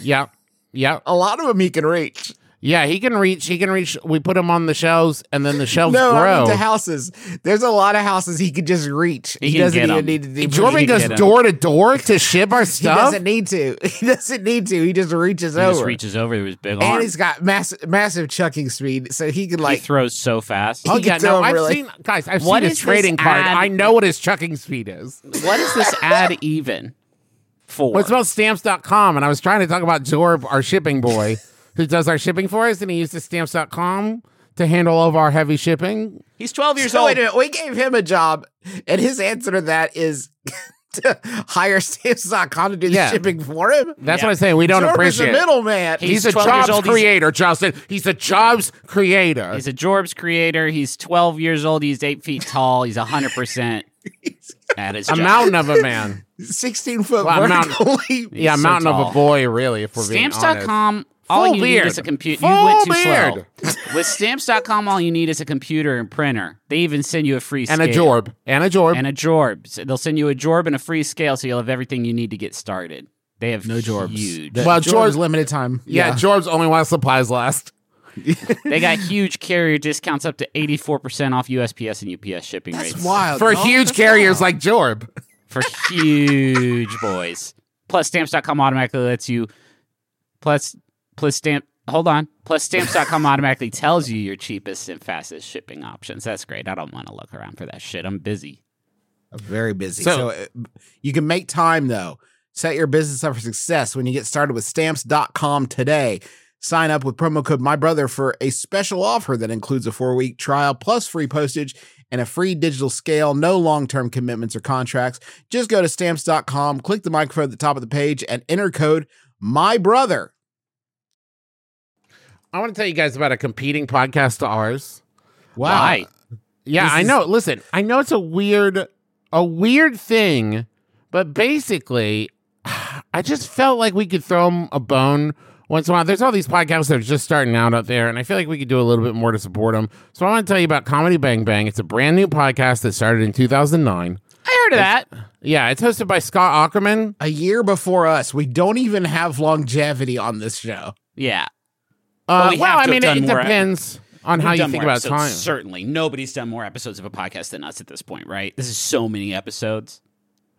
S2: Yeah, yeah,
S5: A lot of them he can reach.
S2: yeah. He can reach. He can reach. We put him on the shelves, and then the shelves
S5: No, I
S2: grow.
S5: mean to houses. There's a lot of houses he could just reach. He,
S12: can
S5: doesn't
S12: get
S5: even
S12: 'em.
S5: need to. Do
S2: Jordan
S12: He
S2: goes
S12: can get him.
S2: door to door to ship our
S5: He
S2: stuff.
S5: doesn't need to. He doesn't need to. He just reaches
S12: He
S5: over.
S12: just reaches over to his big arm.
S5: and he's got massive, massive chucking speed, so he could like.
S12: he throws so fast.
S2: Oh
S5: He
S2: yeah,
S5: could
S2: no,
S5: throw
S2: I've
S5: really-
S2: seen guys. I've
S12: What
S2: seen his
S12: is
S2: trading
S12: this
S2: card.
S12: ad-
S2: I know what his chucking speed is.
S12: what is this ad even for?
S2: Well, it's about stamps.com, and I was trying to talk about Jorb, our shipping boy, who does our shipping for us, and he uses stamps.com to handle all of our heavy shipping.
S12: he's twelve years
S5: So
S12: old.
S5: wait a minute. We gave him a job, and his answer to that is to hire stamps.com to do the
S2: Yeah.
S5: shipping for him.
S2: That's what I'm saying. We don't
S5: Jordan's
S2: appreciate
S5: a
S2: it.
S5: middleman.
S2: He's,
S12: He's
S2: a
S12: 12 years
S2: jobs
S12: old. He's-
S2: creator, Justin. He's a jobs creator.
S12: He's a Jorbs creator. He's 12 years old. He's eight feet tall. He's 100% at his
S2: a
S12: job.
S2: mountain of a man.
S5: sixteen foot
S2: Well, I'm not-
S5: vertical leap.
S2: yeah, a
S12: so
S2: mountain of
S12: tall.
S2: a boy, really, if we're being honest.
S12: Stamps.com, all
S2: Full
S12: you
S2: beard.
S12: need is a computer.
S2: Full
S12: You went too
S2: beard.
S12: slow. With Stamps.com, all you need is a computer and printer. They even send you a free
S2: And
S12: scale.
S2: a Jorb. And a Jorb.
S12: And a Jorb. So they'll send you a Jorb and a free scale so you'll have everything you need to get started. They have no Jorbs. Huge.
S2: well, Jorb's,
S5: Jordan's limited time.
S2: yeah, Jorb's only while supplies last.
S12: they got huge carrier discounts up to 84% off USPS and UPS shipping
S5: that's
S12: rates.
S5: wild.
S2: For
S5: dog.
S2: huge
S5: That's
S2: carriers
S5: wild.
S2: like Jorb.
S12: for huge boys. Plus stamps.com automatically lets you plus plus stamp hold on. Plus stamps.com automatically tells you your cheapest and fastest shipping options. That's great. I don't want to look around for that shit. I'm busy.
S5: very busy.
S2: So-
S5: So, uh, you can make time though. Set your business up for success when you get started with stamps.com today. Sign up with promo code my brother for a special offer that includes a 4-week trial plus free postage and a free digital scale, no long-term commitments or contracts. Just go to stamps.com, click the microphone at the top of the page and enter code my brother.
S2: I want to tell you guys about a competing podcast to ours.
S5: Wow.
S12: Why?
S2: Yeah,
S5: This
S2: I
S5: is-
S2: know. Listen, I know it's a weird, a weird thing, but basically, I just felt like we could throw 'em a bone once in a while. There's all these podcasts that are just starting out out there, and I feel like we could do a little bit more to support them. So I want to tell you about Comedy Bang Bang. It's a brand new podcast that started in 2009.
S12: I heard of that.
S2: Yeah, it's hosted by Scott Ackerman.
S5: A year before us. We don't even have longevity on this show.
S12: Yeah. But
S2: Uh,
S12: we
S2: well,
S12: have
S2: I
S12: to
S2: mean,
S12: have
S2: it, it
S12: done more-
S2: depends on
S12: We've
S2: how you
S12: done
S2: think
S12: more
S2: about
S12: episodes,
S2: time.
S12: Certainly, nobody's done more episodes of a podcast than us at this point, right? This is so many episodes.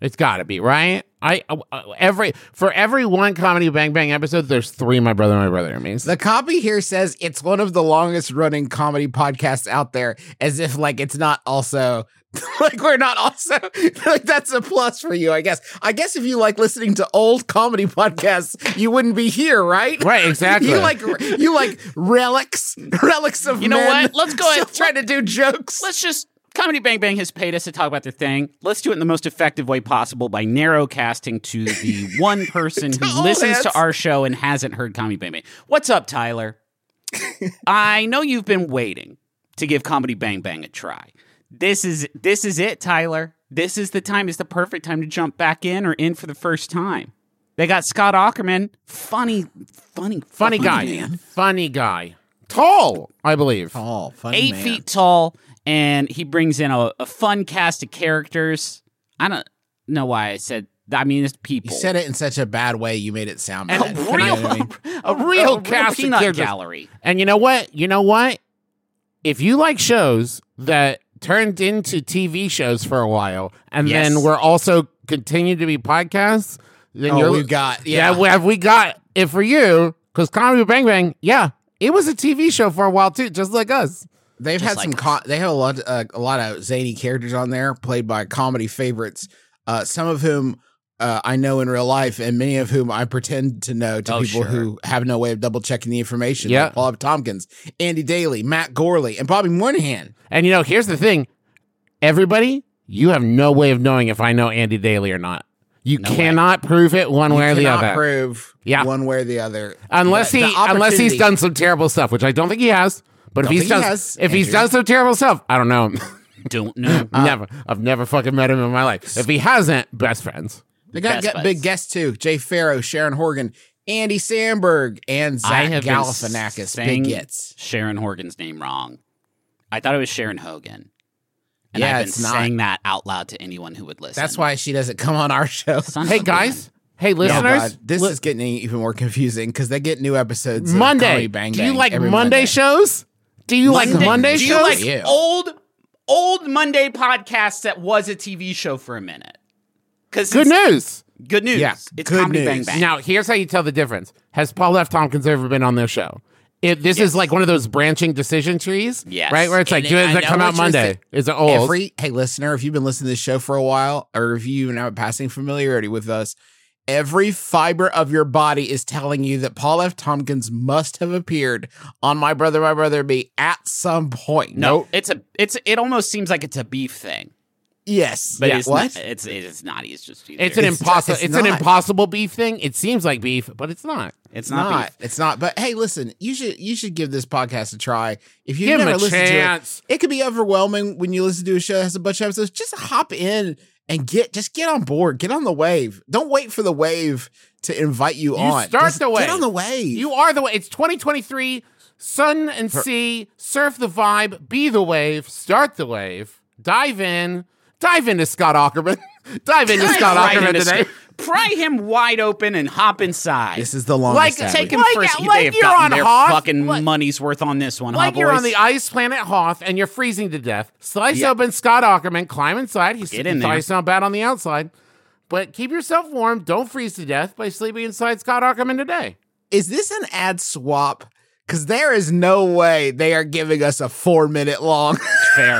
S2: It's got to be right. I uh, uh, every for every one comedy Bang Bang episode, there's three. My brother, my brother, me.
S11: The copy here says it's one of the longest running comedy podcasts out there, as if like it's not also like we're not also like that's a plus for you, I guess. I guess if you like listening to old comedy podcasts, you wouldn't be here, right?
S2: Right, exactly.
S11: you like you like relics, relics of
S12: You know
S11: men
S12: what? Let's go ahead.
S11: still trying to do jokes.
S12: Let's just Comedy Bang Bang has paid us to talk about their thing. Let's do it in the most effective way possible by narrow casting to the one person who
S11: all
S12: listens
S11: heads.
S12: to our show and hasn't heard Comedy Bang Bang. What's up, Tyler? I know you've been waiting to give Comedy Bang Bang a try. This is this is it, Tyler. This is the time. It's the perfect time to jump back in or in for the first time. They got Scott Ackerman, funny, funny,
S2: Funny
S12: fucking
S2: guy,
S12: man.
S2: funny guy, tall, I believe.
S11: Tall, Oh, funny
S12: eight feet tall, and he brings in a, a fun cast of characters. I don't know why I said. I mean, it's
S11: You
S12: people.
S11: said it in such a bad way you made it sound
S12: And
S11: bad.
S12: a
S11: You know what I
S12: real-
S11: mean?
S12: a
S2: real
S12: real
S2: cast of
S12: peanut
S2: characters.
S12: gallery.
S2: And you know what? You know what? If you like shows that turned into TV shows for a while, and
S12: Yes.
S2: then were also continued to be podcasts, then
S11: Oh,
S2: you're
S11: we've got-
S2: yeah.
S11: yeah.
S2: we- have we got it for you? Because Comedy Bang Bang, yeah, it was a TV show for a while too, just like us.
S11: They've had
S12: Just like
S11: some.
S12: us.
S11: Con- they have a lot, uh, a lot of zany characters on there, played by comedy favorites. Uh, some of whom uh, I know in real life, and many of whom I pretend to know to
S12: Oh,
S11: people who have no way of double checking the information.
S2: Yeah.
S11: like Paul F. Tompkins, Andy Daly, Matt Gorley, and Bobby Moynihan.
S2: And you know, here's the thing, everybody, you have no way of knowing if I know Andy Daly or not. You
S12: way.
S2: cannot prove it one way or the
S11: Cannot
S2: other.
S11: prove
S2: Yeah.
S11: one way or the other,
S2: unless
S11: The-
S2: he
S11: the
S2: unless he's
S11: opportunity-
S2: done some terrible stuff, which I don't think he has. But
S11: Don't
S2: if he's
S11: think he
S2: done
S11: has,
S2: if he's
S11: Andrew. Uh,
S2: done some terrible stuff, I don't know him.
S12: Don't know.
S2: never, I've never fucking met him in my life. If he hasn't, best friends.
S11: They got,
S12: Best
S11: got
S12: buds.
S11: big guests too: Jay Farrow, Sharon Horgan, Andy Sandberg, and
S12: I
S11: Zach
S12: have been
S11: Galifianakis.
S12: saying
S11: Big gets.
S12: Sharon Horgan's name wrong. I thought it was Sharon Hogan. And
S11: Yeah,
S12: I've been
S11: it's not.
S12: saying that out loud to anyone who would listen.
S11: That's why she doesn't come on our show.
S12: Son of
S2: Hey
S12: a
S2: guys, hey
S11: Oh,
S2: listeners,
S11: God. this is getting even more confusing because they get new episodes of
S2: Monday.
S11: Comedy Bang
S2: Do you
S11: Bang
S2: like
S11: every
S2: Monday, shows? Do you like
S12: Monday-
S2: Monday
S12: do
S2: shows?
S12: you like
S11: Yeah.
S12: old old Monday podcasts that was a TV show for a minute? Because
S2: Good news.
S12: Good news.
S11: Yeah,
S12: it's
S11: good
S12: comedy bang
S11: news.
S12: bang.
S2: Now here's how you tell the difference. Has Paul F. Tompkins ever been on their show? It, this is like one of those branching decision trees,
S12: Yes.
S2: right? Where it's like,
S11: And
S2: do
S11: I
S2: it does it
S11: know
S2: come out
S11: what you're
S2: Monday?
S11: saying.
S2: Is it old?
S11: Every hey listener, if you've been listening to this show for a while, or if you even have a passing familiarity with us, every fiber of your body is telling you that Paul F. Tompkins must have appeared on My Brother, My Brother Me at some point.
S12: No, it's a it's it almost seems like it's a beef thing,
S11: Yes.
S12: but
S11: Yeah,
S12: it's
S11: what?
S12: not. It's it's not. It's just either.
S2: It's an
S11: It's-
S2: impossible. It's,
S11: it's
S2: an
S11: not.
S2: impossible beef thing. It seems like beef, but it's not.
S12: it's
S11: not,
S12: not, beef.
S11: It's not. But hey, listen, you should you should give this podcast a try. If you've
S2: Give 'em
S11: never
S2: a
S11: listened
S2: chance.
S11: to it, it could be overwhelming when you listen to a show that has a bunch of episodes. Just hop in and get just get on board. Get on the wave. Don't wait for the wave to invite you,
S2: You
S11: on.
S2: start
S11: Just
S2: the wave.
S11: Get on the wave.
S2: You are the way. It's 2023. Sun and sea. Surf the vibe. Be the wave. Start the wave. Dive in. Dive into Scott Ackerman. dive into Scott
S12: Right
S2: Ackerman
S12: into
S2: today.
S12: sc- Pry him wide open and hop inside.
S11: this is the longest.
S2: Like,
S11: ad
S12: Take
S11: we-
S12: him
S2: Like-
S12: first.
S2: like
S12: they have
S2: you're
S12: gotten
S2: on
S12: their
S2: Hoth,
S12: fucking
S2: like-
S12: money's worth on this one,
S2: Like
S12: huh,
S2: you're
S12: boys?
S2: on the ice planet Hoth and you're freezing to death. Slice
S12: Yeah.
S2: open Scott Ackerman. Climb inside. He's
S12: Get in
S2: he thought
S12: there.
S2: he sounded bad on the outside. But keep yourself warm. Don't freeze to death by sleeping inside Scott Ackerman today.
S11: is this an ad swap? Because there is no way they are giving us a four minute long.
S12: Fair.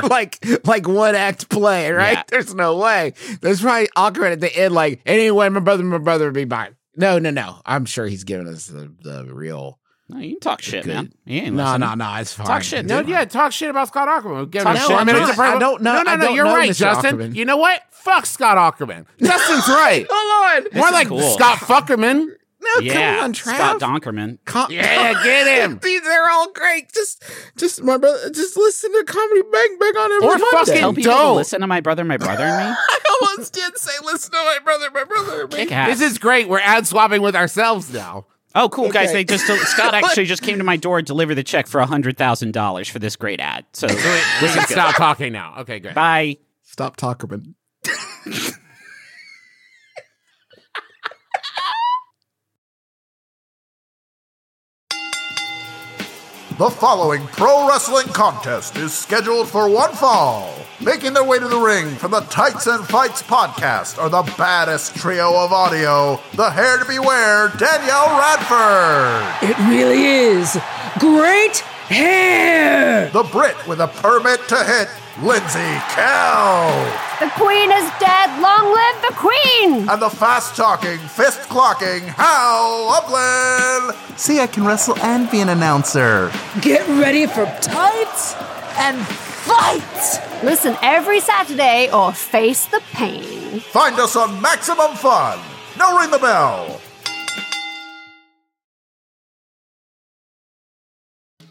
S11: like like one act play, right?
S12: Yeah.
S11: There's no way. There's probably awkward at the end, like anyway, my brother, my brother would be mine. No, no, no. I'm sure he's giving us the, the real.
S12: No, you can talk shit, man. You ain't
S11: No,
S12: listening.
S11: no, no. It's fine.
S12: Talk shit,
S2: No,
S12: dude.
S2: yeah, talk shit about Scott Ackerman. We'll give
S12: Talk
S2: him
S12: shit
S2: four
S12: about
S2: minutes
S12: Scott.
S2: of promo.
S11: I don't know-
S2: No, no,
S11: I
S2: no.
S11: don't
S2: You're
S11: know
S2: right,
S11: Mr.
S2: Justin.
S11: Ackerman.
S2: You know what? Fuck Scott Ackerman. Justin's right.
S11: Come on.
S2: More
S12: is
S2: like
S12: cool.
S2: Scott Fuckerman.
S11: Oh, No,
S12: yeah.
S11: come on, Trav.
S12: Scott Donkerman.
S11: Com-
S2: Yeah, get him.
S11: These are all great. Just, just my brother. Just listen to comedy bang bang on every
S2: Or
S11: Monday.
S2: fucking-
S12: Tell people to
S2: Don't.
S12: listen to my brother, my brother, and me.
S11: I almost did say listen to my brother, my brother. and me.
S12: Kick ass.
S2: This is great. We're ad swapping with ourselves now.
S12: Oh, cool, guys!
S11: Okay.
S12: They just Scott actually just came to my door to deliver the check for hundred thousand dollars for this great ad. So
S2: We can stop talking now. Okay, great.
S12: bye.
S11: Stop talking.
S12: The following pro wrestling contest is scheduled for one fall. Making their way to the ring from the Tights and Fights podcast are the baddest trio of audio, the hair to beware, Danielle Radford. It really is great hair. The Brit with a permit to hit, Lindsay Kell.
S1: The queen is dead. Long live the queen!
S12: And the fast talking, fist clocking Hal Upland.
S13: See, I can wrestle and be an announcer.
S14: Get ready for tights and fights!
S1: Listen every Saturday or face the pain.
S12: Find us on Maximum Fun. Now ring the bell.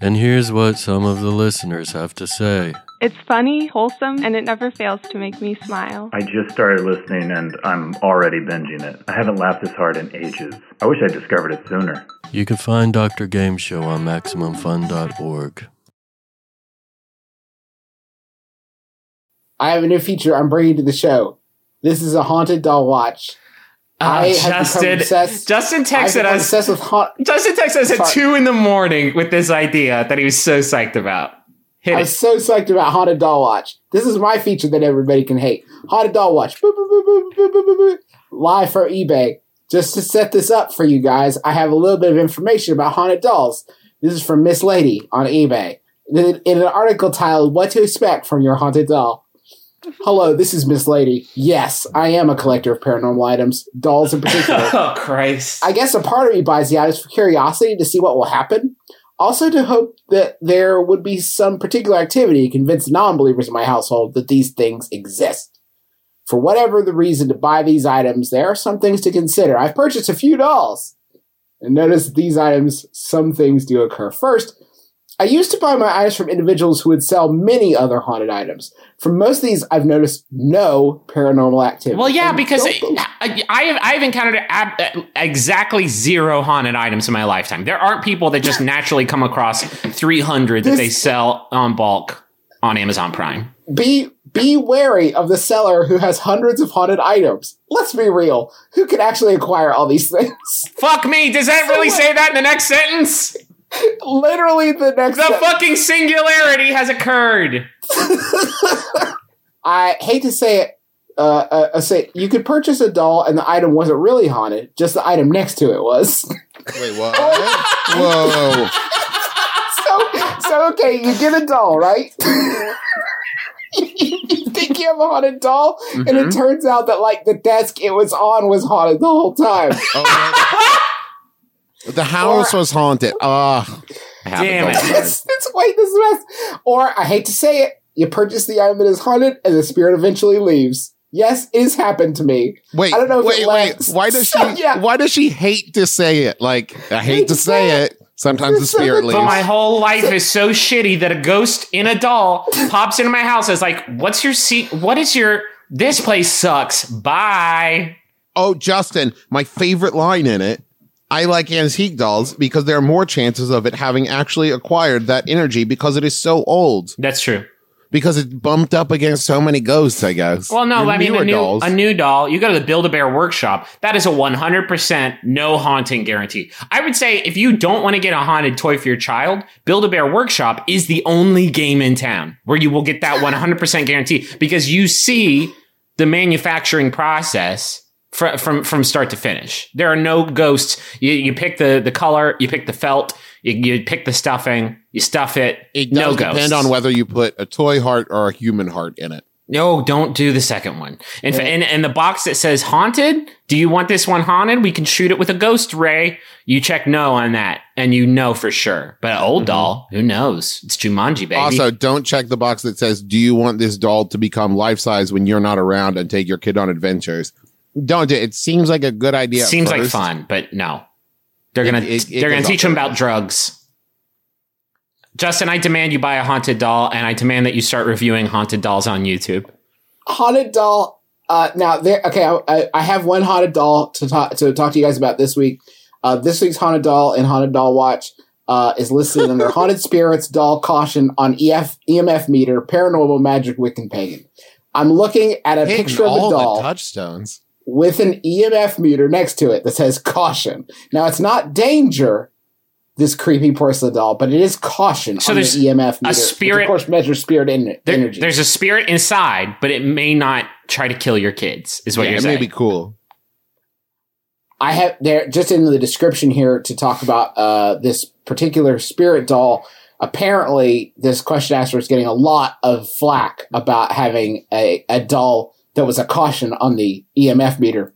S8: And here's what some of the listeners have to say.
S11: It's funny, wholesome, and it never fails to make me smile.
S15: I just started listening and I'm already binging it. I haven't laughed this hard in ages. I wish I discovered it sooner.
S8: You can find Dr. Game Show on MaximumFun.org.
S5: I have a new feature I'm bringing to the show. This is a haunted doll watch.
S4: Uh,
S5: have become
S4: Justin, Justin texted
S5: I've become
S4: us.
S5: obsessed with haunt.
S4: Justin texted us at
S5: Sorry.
S4: two in the morning with this idea that he was so psyched about. Hit
S5: I
S4: it.
S5: was so psyched about Haunted Doll Watch. This is my feature that everybody can hate. Haunted Doll Watch. Boop, boop, boop, boop, boop, boop, boop, boop. Live for eBay. Just to set this up for you guys, I have a little bit of information about haunted dolls. This is from Miss Lady on eBay. In in an article titled What to Expect from Your Haunted Doll. Hello, this is Miss Lady. Yes, I am a collector of paranormal items, dolls in particular.
S4: oh Christ!
S5: I guess a part of me buys the items for curiosity to see what will happen. Also, to hope that there would be some particular activity to convince non believers in my household that these things exist. For whatever the reason to buy these items, there are some things to consider. I've purchased a few dolls. And notice that these items, some things do occur. First, I used to buy my items from individuals who would sell many other haunted items. From most of these, I've noticed no paranormal activity.
S4: Well, yeah,
S5: And
S4: because
S5: don't
S4: it- I, I have I've encountered ab- exactly zero haunted items in my lifetime. There aren't people that just naturally come across 300 that they sell on bulk on Amazon Prime.
S5: Be be wary of the seller who has hundreds of haunted items. Let's be real. Who could actually acquire all these things?
S4: Fuck me! Does that really say that in the next sentence?
S5: Literally, the next.
S4: The fucking singularity has occurred.
S5: I hate to say it. Uh, uh, uh, say you could purchase a doll and the item wasn't really haunted. Just the item next to it was.
S2: Wait, what? Whoa.
S5: so so okay. You get a doll, right? you think you have a haunted doll, and it
S2: Mhm.
S5: turns out that like the desk it was on was haunted the whole time.
S2: The house was haunted. Ah.
S4: Damn it.
S5: That's, that's why this is best. Or I hate to say it, you purchase the item that is haunted, and the spirit eventually leaves. Yes, it has happened to me.
S2: Wait,
S5: I don't know if
S2: wait,
S5: it
S2: wait.
S5: lasts.
S2: Why does she?
S5: So, yeah.
S2: Why does she hate to say it? Like I hate to say it. Sometimes the spirit leaves.
S4: But my whole life is so shitty that a ghost in a doll pops into my house. Is like, what's your seat? What is your? This place sucks. Bye.
S2: Oh, Justin, my favorite line in it. I like antique dolls because there are more chances of it having actually acquired that energy because it is so old.
S4: That's true.
S2: Because it's bumped up against so many ghosts, I guess.
S4: Well, no,
S2: Your
S4: I mean
S2: newer
S4: a new a new doll. You go to the Build a Bear workshop. That is a one hundred percent no haunting guarantee. I would say if you don't want to get a haunted toy for your child, Build a Bear workshop is the only game in town where you will get that one hundred percent guarantee because you see the manufacturing process. From, from from start to finish, there are no ghosts. You, you pick the, the color, you pick the felt, you, you pick the stuffing, you stuff it.
S2: It
S4: no
S2: does
S4: ghosts.
S2: depend on whether you put a toy heart or a human heart in it.
S4: No, don't do the second one. In fa- and, and the box that says haunted, do you want this one haunted? We can shoot it with a ghost ray. You check no on that, and you know for sure. But an old doll, who knows? It's Jumanji, baby.
S2: Mm-hmm. Also, don't check the box that says, Do you want this doll to become life size when you're not around and take your kid on adventures? Don't do it. It seems like a good idea. at
S4: seems like
S2: first.
S4: fun, but no. They're gonna
S2: It- it- it
S4: they're gonna
S2: goes
S4: teach
S2: off
S4: them about drugs.
S16: Justin, I demand you buy a haunted doll, and I demand that you start reviewing haunted dolls on YouTube.
S5: haunted doll. Uh, now there, okay, I- I, I have one haunted doll to talk to talk to you guys about this week. Uh, this week's haunted doll and haunted doll watch uh, is listed under haunted spirits, doll caution on E EF EMF meter, paranormal, magic, Wiccan, pagan. I'm looking at a
S2: Hitting
S5: picture of
S2: all
S5: a
S2: the
S5: doll
S2: touchstones.
S5: with an EMF meter next to it that says caution. Now it's not danger, this creepy porcelain doll, but it is caution
S16: So
S5: on the
S16: there's
S5: EMF meter.
S16: a
S5: which
S16: spirit-
S5: of course, measures spirit en-
S16: There-
S5: energy.
S16: There's a spirit inside, but it may not try to kill your kids. Is what
S5: Yeah,
S16: you're
S5: it may
S16: saying?
S5: be
S2: cool.
S5: I have there just in the description here to talk about uh, this particular spirit doll. Apparently, this question asker is getting a lot of flack about having a, a doll that was a caution on the EMF meter.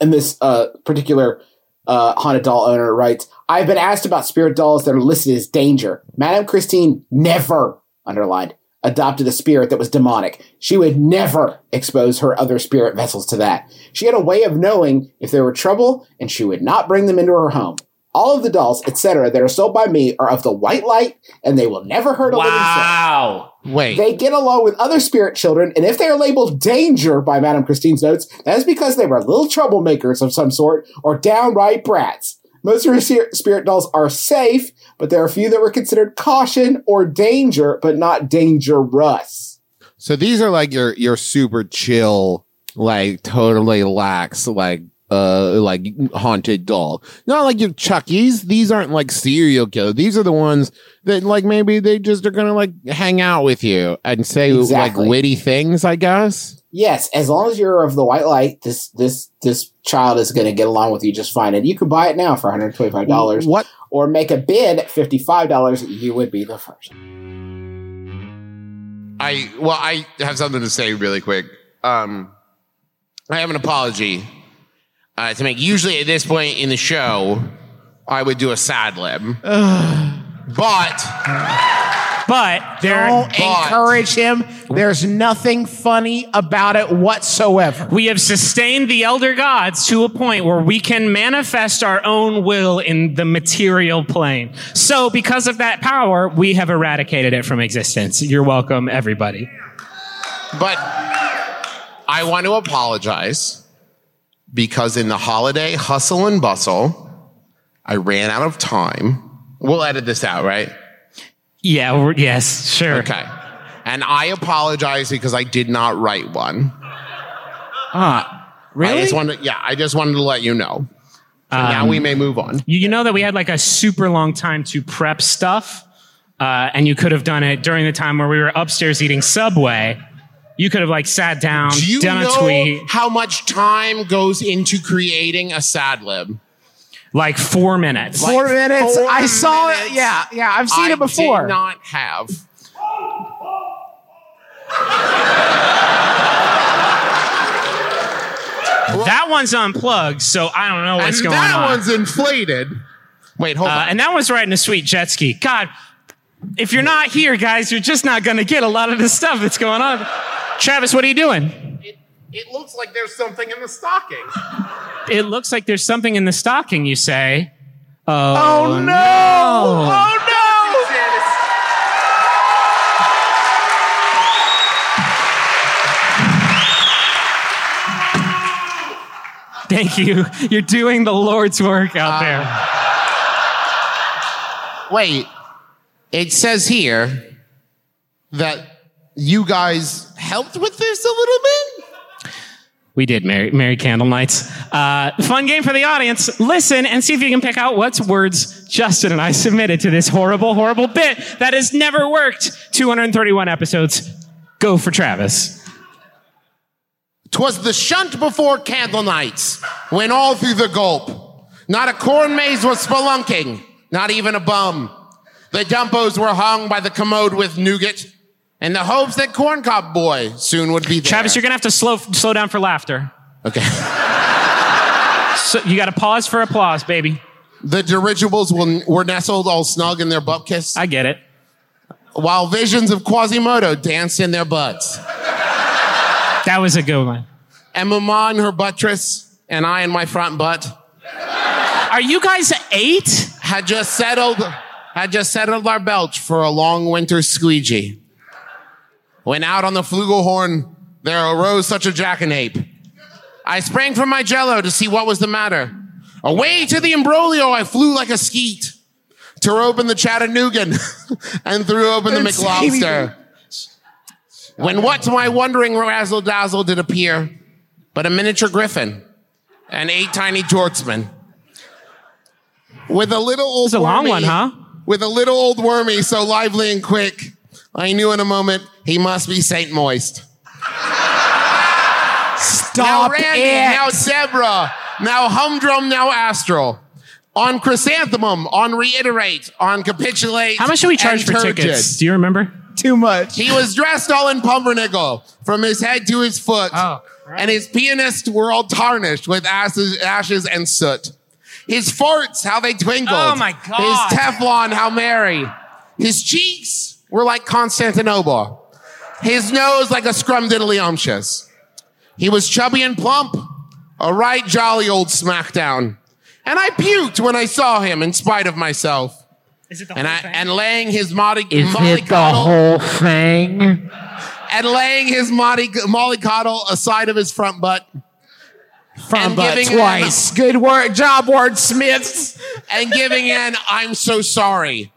S5: And this uh, particular uh, haunted doll owner writes, I've been asked about spirit dolls that are listed as danger. Madame Christine never, underlined, adopted a spirit that was demonic. She would never expose her other spirit vessels to that. She had a way of knowing if there were trouble, and she would not bring them into her home. All of the dolls, etc., that are sold by me are of the white light, and they will never hurt a living soul.
S16: Wow.
S2: Wait.
S5: They get along with other spirit children, and if they are labeled danger by Madame Christine's notes, that is because they were little troublemakers of some sort or downright brats. Most of her se- spirit dolls are safe, but there are a few that were considered caution or danger, but not dangerous.
S2: So these are like your your super chill, like totally lax, like uh like haunted doll. Not like your Chuckies. These aren't like serial killer. These are the ones that like maybe they just are gonna like hang out with you and say
S5: Exactly.
S2: like witty things, I guess.
S5: Yes, as long as you're of the white light, this this this child is going to get along with you just fine, and you can buy it now for 125 dollars.
S2: What?
S5: Or make a bid at 55 dollars. You would be the first.
S2: I well, I have something to say really quick. Um, I have an apology uh, to make. Usually, at this point in the show, I would do a sad lib, but
S4: but
S2: there
S17: Don't encourage him. There's nothing funny about it whatsoever.
S4: We have sustained the elder gods to a point where we can manifest our own will in the material plane. So, because of that power, we have eradicated it from existence. You're welcome, everybody.
S2: But I want to apologize because in the holiday hustle and bustle, I ran out of time. We'll edit this out, right?
S4: Yeah, we're- yes, sure.
S2: Okay. And I apologize because I did not write one.
S4: Ah, really?
S2: I just wanted, yeah, I just wanted to let you know. So now
S4: Um,
S2: we may move on.
S4: You, you know that we had like a super long time to prep stuff, uh, and you could have done it during the time where we were upstairs eating Subway. You could have like sat down,
S2: Do you
S4: done
S2: know
S4: a tweet,
S2: how much time goes into creating a sad lib?
S4: like four minutes.
S2: Four Like, minutes? four I saw it. minutes.
S17: Yeah, yeah, I've seen
S2: I
S17: it before.
S2: Did not have.
S4: That one's unplugged, so I don't know what's
S2: And
S4: going
S2: that
S4: on. Uh,
S2: one's inflated. Wait, hold
S4: on. And that one's riding a sweet jet ski. God, if you're not here, guys, you're just not going to get a lot of the stuff that's going on. Travis, what are you doing?
S18: It looks like there's something in the stocking.
S2: Oh,
S4: It looks like there's something in the stocking, you say. Oh,
S18: Oh, no. Oh,
S4: Thank you. You're doing the Lord's work out there.
S2: Wait, it says here that you guys helped with this a little bit.
S4: We did Merry, Merry Candle Nights. Uh, fun game for the audience. Listen and see if you can pick out what's words Justin and I submitted to this horrible, horrible bit that has never worked. 231 episodes. Go for Travis.
S2: Twas the shunt before candle nights, when all through the gulp, not a corn maze was spelunking, not even a bum. The dumpos were hung by the commode with nougat, and the hopes that corncob boy soon would be there.
S4: Travis, you're gonna have to slow slow down for laughter.
S2: Okay.
S4: so you got to pause for applause, baby.
S2: The dirigibles will, were nestled all snug in their butt kiss. I
S4: get it.
S2: While visions of Quasimodo danced in their butts.
S4: That was a good one.
S2: And Mama in her buttress, and I in my front butt.
S4: Are you guys eight?
S2: Had just settled had just settled our belts for a long winter squeegee. When out on the flugelhorn, there arose such a jackanape. I sprang from my jello to see what was the matter. Away to the imbroglio I flew like a skeet. Tore open the Chattanoogan and threw open the
S19: It's
S2: McLobster. When what to my wondering razzle dazzle did appear, but a miniature griffin and eight tiny tortsmen. With a little old
S20: It's a long
S2: wormy-
S20: one, huh?
S2: With a little old wormy so lively and quick, I knew in a moment he must be Saint Moist. Stop now Randy,
S19: it.
S2: now Deborah, now Humdrum, now Astral. On Chrysanthemum, on Reiterate, on Capitulate.
S20: How much should we charge
S2: and
S20: for
S2: Turgid.
S20: tickets? Do you remember?
S2: Too much. He was dressed all in pumpernickel from his head to his foot, and his pianists were all tarnished with ashes, ashes and soot. His farts, how they twinkled.
S20: Oh, my God.
S2: His Teflon, how merry. His cheeks were like Constantinople. His nose like a scrumdiddlyumptious. He was chubby and plump, a right jolly old smackdown. And I puked when I saw him, in spite of myself. Is it the and, I, and laying his modi- mollycoddle-
S20: thing?
S2: and laying his molly, mollycoddle aside of his front butt. Front
S21: butt twice.
S2: Good work, job, Ward Smith. and giving in, I'm so sorry.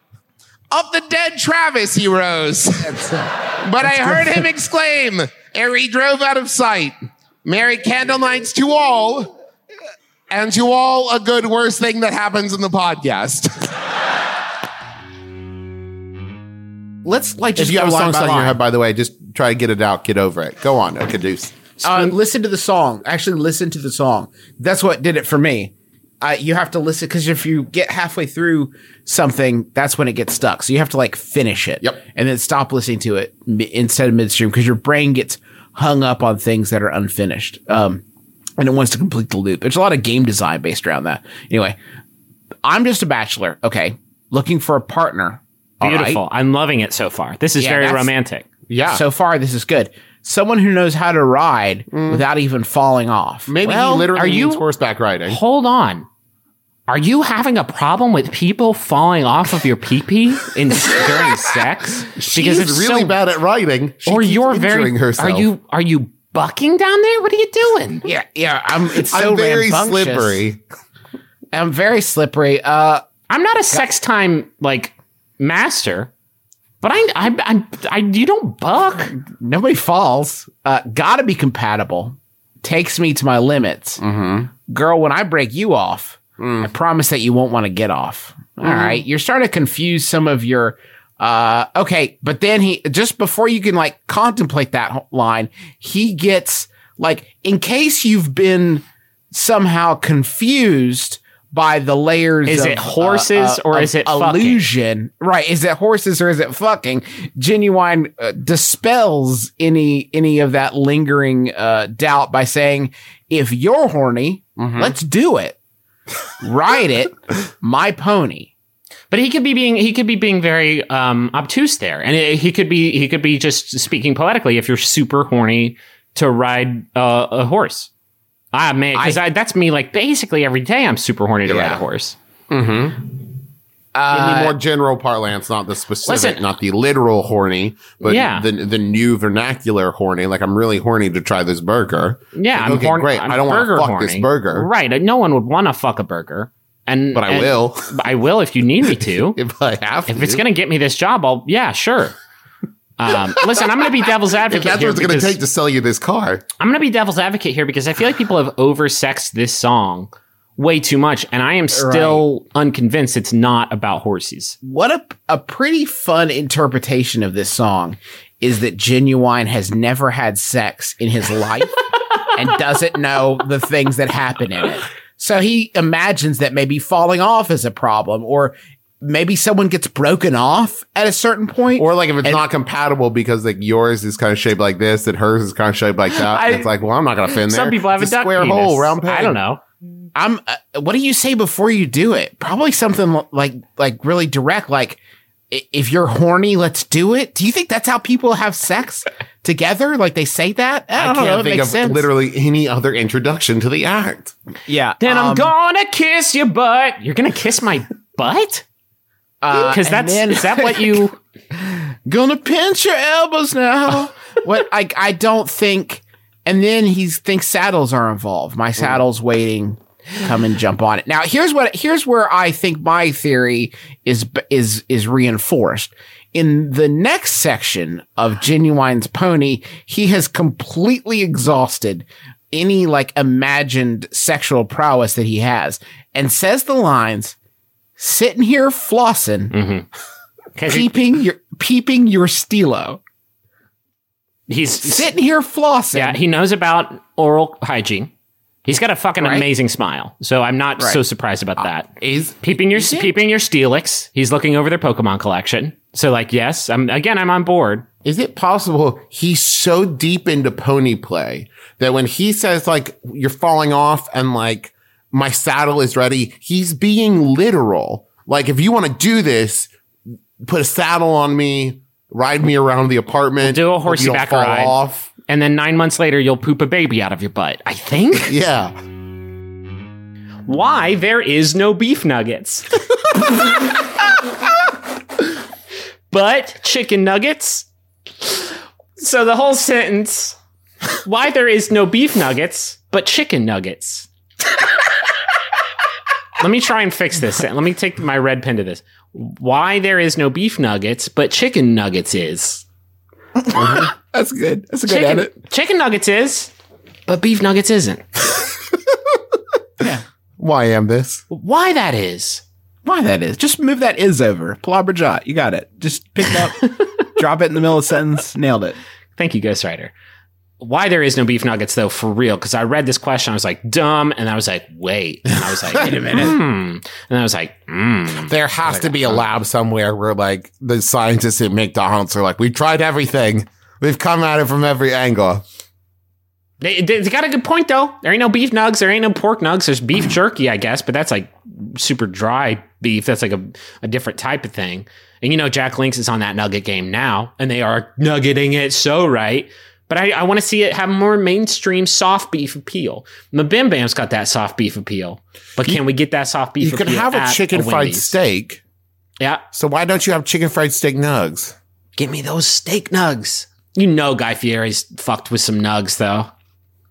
S2: Up the dead Travis he rose. but I
S19: that's
S2: heard
S19: good.
S2: him exclaim ere he drove out of sight, Merry Candle Nights to all, and to all a good worst thing that happens in the podcast.
S5: Let's like
S2: just
S5: if you
S2: go
S5: have a
S2: line
S5: song
S2: by
S5: stuck in your
S2: line.
S5: head, by the way, just try to get it out, get over it. Go on, okay, Deuce.
S11: Uh, listen to the song. Actually, listen to the song. That's what did it for me. Uh, you have to listen because if you get halfway through something, that's when it gets stuck. So you have to like finish it. Yep. And then stop listening to it m- instead of midstream because your brain gets hung up on things that are unfinished. Um, and it wants to complete the loop. There's a lot of game design based around that. Anyway, I'm just a bachelor. Okay. Looking for a partner. All right.
S4: Beautiful. I'm loving it so far. This is
S11: Yeah,
S4: very
S11: that's-
S4: romantic.
S11: So far, this is good. Someone who knows how to ride without even falling off.
S4: Maybe he Well, literally are you- means
S5: horseback riding.
S4: Hold on. Are you having a problem with people falling off of your pee pee in during sex?
S5: She's really bad at writing. She
S4: or
S5: keeps
S4: you're very.
S5: injuring herself.
S4: Are you are you bucking down there? What are you doing?
S11: Yeah, yeah. I'm. It's
S5: I'm
S11: so
S5: very
S11: rambunctious.
S5: slippery.
S11: I'm very slippery. Uh,
S4: I'm not a sex time like master, but I I I, I you don't buck.
S11: Nobody falls. Uh, gotta be compatible. Takes me to my limits. Mm-hmm. Girl, when I break you off,
S5: Mm.
S11: I promise that you won't want to get off. All
S22: Mm.
S11: right. You're starting to confuse some of your. Uh, okay. But then he, just before you can like contemplate that ho- line, he gets like, in case you've been somehow confused by the layers
S4: Is
S11: of, uh,
S4: it horses or
S11: of
S4: is it fucking?
S11: illusion right is it horses or is it fucking genuine uh, dispels any any of that lingering uh, doubt by saying if you're horny
S5: Mm-hmm.
S11: let's do it ride it my pony
S4: But he could be being he could be being very um, obtuse there, and it- he could be he could be just speaking poetically. If you're super horny to ride uh, a horse, ah man, because I, that's me. Like basically every day, I'm super horny to ride a horse.
S5: Mm-hmm.
S4: Uh,
S5: Give me more general parlance, not the specific,
S4: Listen.
S5: not the literal horny, but
S4: Yeah.
S5: the the new vernacular horny. Like I'm really horny to try this burger.
S4: Yeah,
S5: Like,
S4: I'm
S5: okay,
S4: horny.
S5: great.
S4: I'm
S5: I don't want
S4: burger
S5: to fuck
S4: horny.
S5: this burger.
S4: Right? and No one would want to fuck a burger, and
S5: But I
S4: and-
S5: will.
S4: But I will if you need me to.
S5: if I have,
S4: if it's
S5: to.
S4: gonna get me this job, I'll yeah, sure. Um, listen, I'm gonna be devil's advocate.
S5: If that's
S4: here
S5: what it's going to
S4: because-
S5: take to sell you this car.
S4: I'm going to be devil's advocate here because I feel like people have oversexed this song way too much, and I am still unconvinced it's not about horses.
S11: what a, a pretty fun interpretation of this song is that genuine has never had sex in his life and doesn't know the things that happen in it so he imagines that maybe falling off is a problem or maybe someone gets broken off at a certain point
S5: or like if it's not compatible because like yours is kind of shaped like this and hers is kind of shaped like that.
S11: I-
S5: it's like, well, I'm not going to fit in there.
S11: Some people have
S5: It's
S11: a duck
S5: square
S11: penis.
S5: hole, round peg.
S11: I don't know. I'm. Uh, what do you say before you do it? Probably something li- like like really direct. Like i- if you're horny, let's do it. Do you think that's how people have sex together? Like they say that? I,
S5: I
S11: don't know.
S5: can't
S11: It
S5: think
S11: makes
S5: of
S11: sense.
S5: literally any other introduction to the act.
S11: Yeah.
S4: Then I'm
S5: um,
S4: gonna kiss your butt. You're gonna kiss my butt?
S5: Uh,
S4: Because
S5: and
S4: that's
S5: then-
S4: is that what you
S11: gonna pinch your elbows now. what I I don't think. And then he thinks saddles are involved. My saddle's waiting. Come and jump on it. Now here's what here's where I think my theory is is is reinforced. In the next section of Genuine's pony, he has completely exhausted any like imagined sexual prowess that he has, and says the lines, "Sitting here flossing." peeping your peeping your stilo.
S4: he's
S11: sitting here flossing?
S4: Yeah, he knows about oral hygiene. He's got a fucking
S11: Right.
S4: amazing smile, so I'm not
S11: Right. Uh,
S4: so surprised about that.
S11: Is
S4: peeping your peeping your Steelix? He's looking over their Pokemon collection. So like, yes, I'm again, I'm on board.
S2: Is it possible he's so deep into pony play that when he says like you're falling off and like my saddle is ready, he's being literal. Like if you want to do this, put a saddle on me, ride me around the apartment,
S4: Do a
S2: hope you don't
S4: horseback
S2: fall
S4: ride, and then nine months later, you'll poop a baby out of your butt. I think.
S2: yeah.
S4: Why there is no beef nuggets, but chicken nuggets. So the whole sentence. Why there is no beef nuggets, but chicken nuggets. Let me try and fix this. Let me take my red pen to this. Why there is no beef nuggets, but chicken nuggets is.
S2: That's good. That's a good
S4: chicken,
S2: edit.
S4: Chicken nuggets is, but beef nuggets isn't.
S2: Why am this?
S4: Why that is?
S11: Why that is? Just move that is over. Palabra jot. You got it. Just pick it up, drop it in the middle of a sentence. Nailed it.
S4: Thank you, Ghostwriter. Why there is no beef nuggets though, for real? Because I read this question, I was like, dumb, and I was like, wait, and I was like,
S2: Wait a minute.
S4: hmm. and I was like, hmm.
S2: There has to be a lab somewhere where like the scientists at McDonald's are like, we tried everything. We've come at it from every angle.
S4: They, they, they got a good point though. There ain't no beef nugs. There ain't no pork nugs. There's beef
S2: Mm-hmm.
S4: jerky, I guess, but that's like super dry beef. That's like a, a different type of thing. And you know, Jack Links is on that nugget game now, and they are nuggeting it so right. But I, I want to see it have more mainstream soft beef appeal. The Bim Bam's got that soft beef appeal, but can we get that soft beef?
S2: you can
S4: appeal
S2: have a
S4: at
S2: chicken fried
S4: Wendy's?
S2: steak.
S4: Yeah.
S2: So why don't you have chicken fried steak nugs?
S4: Give me those steak nugs. You know, Guy Fieri's fucked with some nugs though.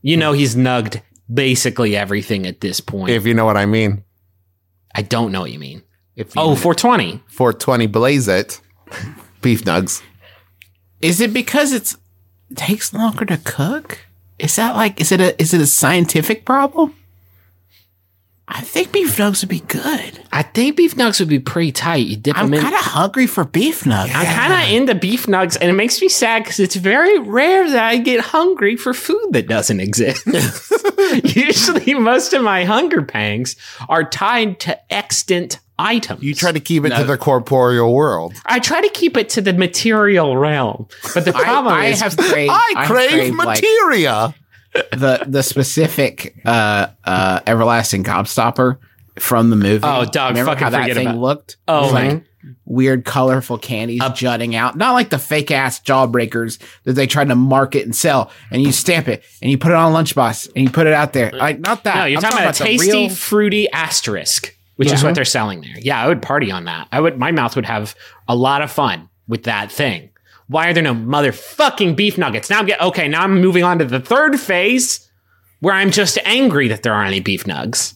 S4: You know, he's nugged basically everything at this point.
S2: If you know what I mean.
S4: I don't know what you mean. oh, 420.
S2: 420 blaze it. Beef nugs.
S11: Is it because it's it takes longer to cook? Is that like is it a is it a scientific problem? I think beef nugs would be good.
S4: I think beef nugs would be pretty tight. You dip
S11: I'm
S4: them in.
S11: kind of hungry for beef nugs.
S4: I'm kind of into beef nugs, and it makes me sad because it's very rare that I get hungry for food that doesn't exist. Usually, most of my hunger pangs are tied to extant items. You try
S2: to keep it to the corporeal world.
S4: I try to keep it to the material realm, but the problem
S11: I
S4: is
S11: have craved- I I have crave craved, like-
S2: materia.
S11: the the specific uh uh everlasting gobstopper from the movie.
S4: Oh, dog,
S11: Remember
S4: fucking
S11: how that
S4: forget
S11: thing
S4: about-
S11: looked?
S4: Oh,
S11: It was like
S4: mhm.
S11: weird, colorful candies jutting out, not like the fake ass jawbreakers that they tried to market and sell. And you stamp it, and you put it on a lunchbox, and you put it out there. Like not that.
S4: No, you're
S11: I'm
S4: talking, about, a
S11: the
S4: tasty,
S11: real-
S4: fruity asterisk, which is
S11: Yeah.
S4: what they're selling there. Yeah, I would party on that. I would. My mouth would have a lot of fun with that thing. Why are there no motherfucking beef nuggets? Now I'm get okay. Now I'm moving on to the third phase, where I'm just angry that there aren't any beef nugs.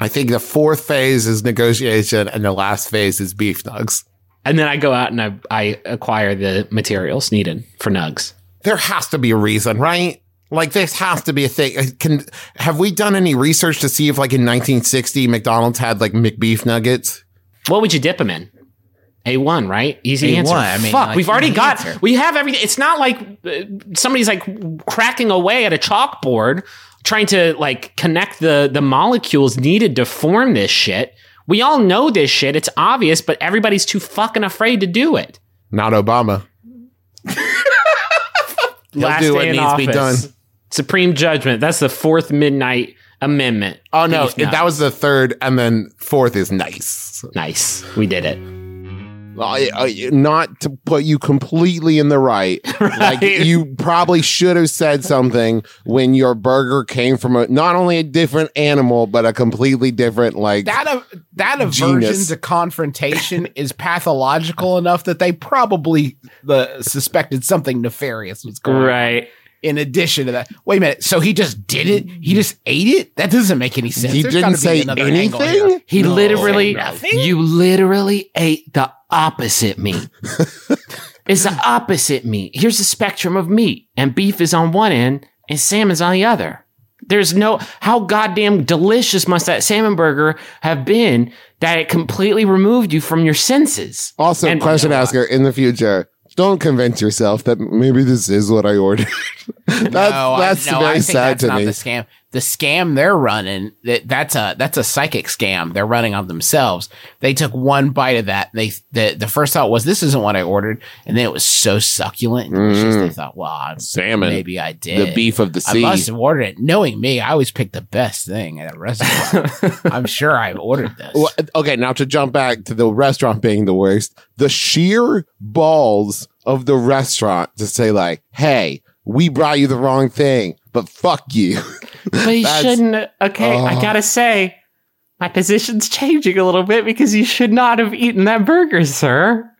S2: I think the fourth phase is negotiation and the last phase is beef nugs.
S4: And then I go out and I, I acquire the materials needed for nugs.
S2: There has to be a reason, right? Like this has to be a thing. Uh, Can have we done any research to see if like in 1960 McDonald's had like McBeef nuggets?
S4: What would you dip them in? A one, right? Easy
S2: A1,
S4: answer.
S2: I mean,
S4: Fuck,
S2: like,
S4: we've already
S2: easy
S4: got.
S2: answer.
S4: We have everything. It's not like uh, somebody's like cracking away at a chalkboard, trying to like connect the the molecules needed to form this shit. We all know this shit. It's obvious, but everybody's too fucking afraid to do it.
S2: Not Obama. He'll
S4: Last
S2: do what
S4: day in
S2: needs to be
S4: office.
S2: done.
S4: Supreme judgment. That's the fourth midnight amendment.
S2: Oh no,
S4: Beef nugs.
S2: that was the third, and then fourth is nice.
S4: Nice. We did it.
S2: I, I, not to put you completely in the right. Like you probably should have said something when your burger came from a not only a different animal but a completely different like
S11: that a, that aversion
S2: Genius.
S11: to confrontation is pathological enough that they probably the suspected something nefarious was going
S23: right.
S11: In addition to that, wait a minute. So he just did it. He just ate it. That doesn't make any sense.
S2: He
S11: There's
S2: didn't
S11: gotta be
S2: say
S11: another angle here.
S4: He
S11: No.
S4: literally,
S11: Said nothing?
S4: you literally ate the opposite meat. it's the opposite meat. Here's the spectrum of meat, and beef is on one end, and salmon's on the other. There's no how goddamn delicious must that salmon burger have been that it completely removed you from your senses.
S2: Also, question asker in the future. Don't convince yourself that maybe this is what I ordered. that's
S11: no,
S2: that's
S11: I, no, I
S2: very
S11: think
S2: sad
S11: that's
S2: to
S11: not
S2: me.
S11: The scam, the scam they're running that that's a that's a psychic scam they're running on themselves. They took one bite of that. They the, the first thought was this isn't what I ordered, and then it was so succulent. and delicious,
S2: Mm.
S11: They thought, well, I'm,
S2: Salmon.
S11: Maybe I did
S2: The beef of the sea.
S11: I must have ordered it. Knowing me, I always pick the best thing at a restaurant. I'm sure I've ordered this.
S2: Well, okay, now to jump back to the restaurant being the worst, the sheer balls of the restaurant to say like, "Hey, we brought you the wrong thing, but fuck you."
S4: But he
S2: That's-
S4: shouldn't. Okay,
S2: Oh.
S4: I gotta say, my position's changing a little bit because you should not have eaten that burger, sir.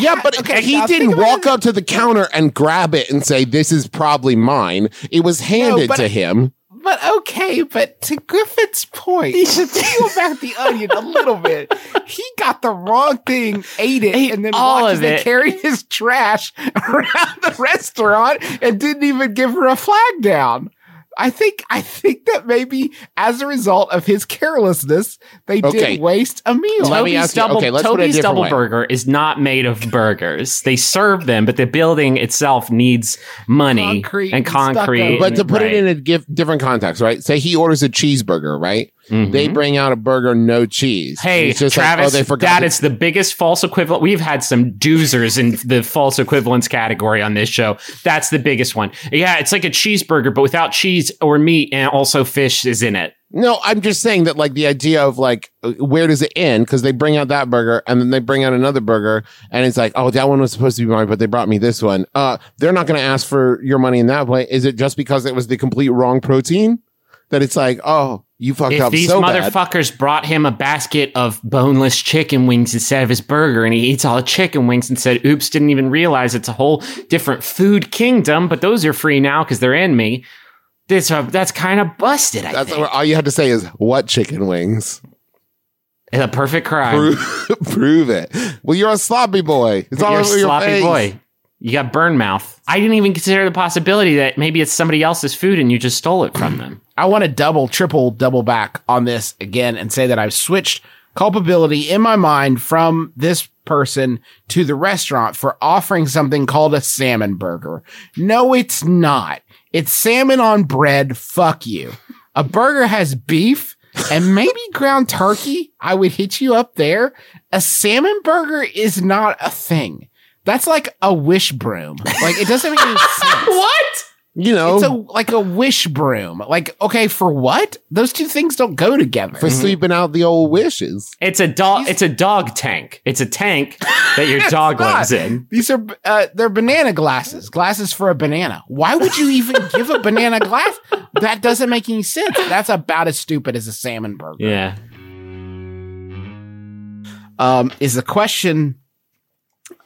S2: Yeah, but he
S4: now
S2: didn't walk up to the counter and grab it and say, "This is probably mine." It was handed
S11: but-
S2: to him.
S11: But okay, but to Griffin's point, he should peel back the onion a little bit. He got the wrong thing, ate it, and then
S4: all of
S11: watched as they
S4: it.
S11: carried his trash around the restaurant and didn't even give her a flag down. I think I think that maybe as a result of his carelessness, they
S2: Okay.
S11: did waste a meal.
S4: Toby's double, Toby's double
S2: way.
S4: burger is not made of burgers. They serve them, but the building itself needs money
S2: Concrete and
S4: and
S2: stucco.
S4: concrete.
S2: But to put
S4: right.
S2: it in a gif- different context, right? Say he orders a cheeseburger, right? They bring out a burger no cheese.
S4: Mm-hmm. Hey,
S2: It's just like,
S4: Travis,
S2: oh, they
S4: that is
S2: forgot to-
S4: the biggest false equivalent. We've had some doozers in the false equivalence category on this show. That's the biggest one. Yeah, it's like a cheeseburger, but without cheese or meat, and also fish is in it.
S2: No, I'm just saying that like the idea of like uh, where does it end? Because they bring out that burger and then they bring out another burger and it's like, oh, that one was supposed to be mine, but they brought me this one. Uh, they're not going to ask for your money in that way. Is it just because it was the complete wrong protein that it's like, oh, you fucked
S4: If
S2: up
S4: these
S2: so bad?
S4: motherfuckers brought him a basket of boneless chicken wings instead of his burger, and he eats all the chicken wings and said, "Oops, didn't even realize it's a whole different food kingdom." But those are free now because they're in me. This uh, that's kind of busted. I
S2: That's
S4: think.
S2: all you had to say is what chicken wings.
S4: It's a perfect crime.
S2: Prove, prove it. Well, you're a sloppy boy. It's all
S4: You're a
S2: over your
S4: sloppy
S2: face.
S4: boy. You got burn mouth. I didn't even consider the possibility that maybe it's somebody else's food and you just stole it from them.
S11: I want to double, triple, double back on this again and say that I've switched culpability in my mind from this person to the restaurant for offering something called a salmon burger. No, it's not. It's salmon on bread. Fuck you. A burger has beef and maybe ground turkey. I would hit you up there. A salmon burger is not a thing. That's like a wish broom. Like it doesn't make any sense.
S4: what?
S2: You know,
S11: it's a
S4: Oh.
S11: like a wish broom. Like, okay, for what? Those two things don't go together.
S2: For sleeping out the old wishes.
S4: It's a dog. It's a dog tank. It's a tank that your dog lives in.
S11: These are uh, they're banana glasses, glasses for a banana. Why would you even give a banana glass? That doesn't make any sense. That's about as stupid as a salmon burger.
S4: Yeah.
S11: Um, is the question?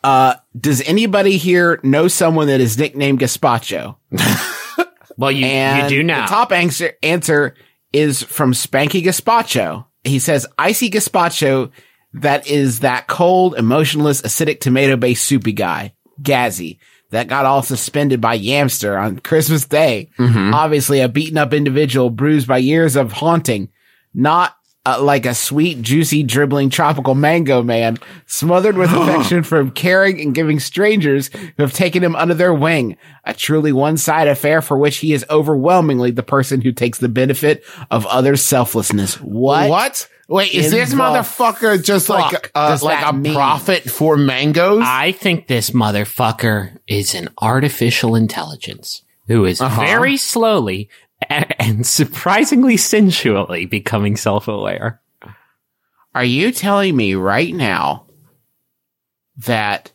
S11: Uh, does anybody here know someone that is nicknamed Gaspacho?
S4: well, you,
S11: and
S4: you do now.
S11: The top answer, answer is from Spanky Gaspacho. He says, Icy Gaspacho, that is that cold, emotionless, acidic tomato based soupy guy, Gazzy, that got all suspended by Yamster on Christmas Day.
S4: Mm-hmm.
S11: Obviously, a beaten up individual bruised by years of haunting, not uh, like a sweet, juicy, dribbling tropical mango man, smothered with affection from caring and giving strangers who have taken him under their wing. A truly one side affair for which he is overwhelmingly the person who takes the benefit of others' selflessness. What?
S2: What? Wait, is
S11: in
S2: this
S11: the
S2: motherfucker just like
S11: fuck
S2: uh,
S11: does
S2: like
S11: that
S2: a
S11: mean?
S2: prophet for mangoes?
S4: I think this motherfucker is an artificial intelligence who is
S2: Uh-huh.
S4: very slowly and, and surprisingly sensually becoming self aware.
S11: Are you telling me right now that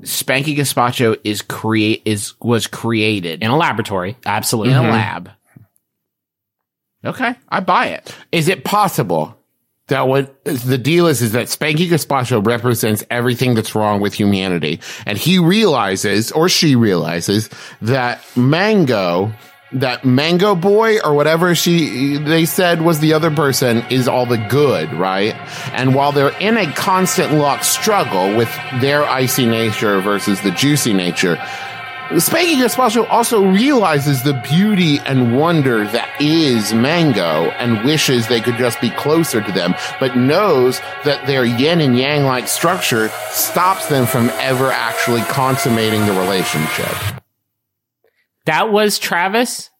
S11: Spanky Gaspacho is create is was created
S4: in a laboratory, absolutely
S11: in a
S4: Mhm.
S11: lab. Okay, I buy it.
S2: Is it possible that what is the deal is is that Spanky Gaspacho represents everything that's wrong with humanity, and he realizes or she realizes that Mango, that Mango Boy or whatever she they said was the other person is all the good, right? And while they're in a constant luck struggle with their icy nature versus the juicy nature. Spanky Gaspacho also realizes the beauty and wonder that is Mango and wishes they could just be closer to them, but knows that their yin and yang like structure stops them from ever actually consummating the relationship.
S4: That was Travis,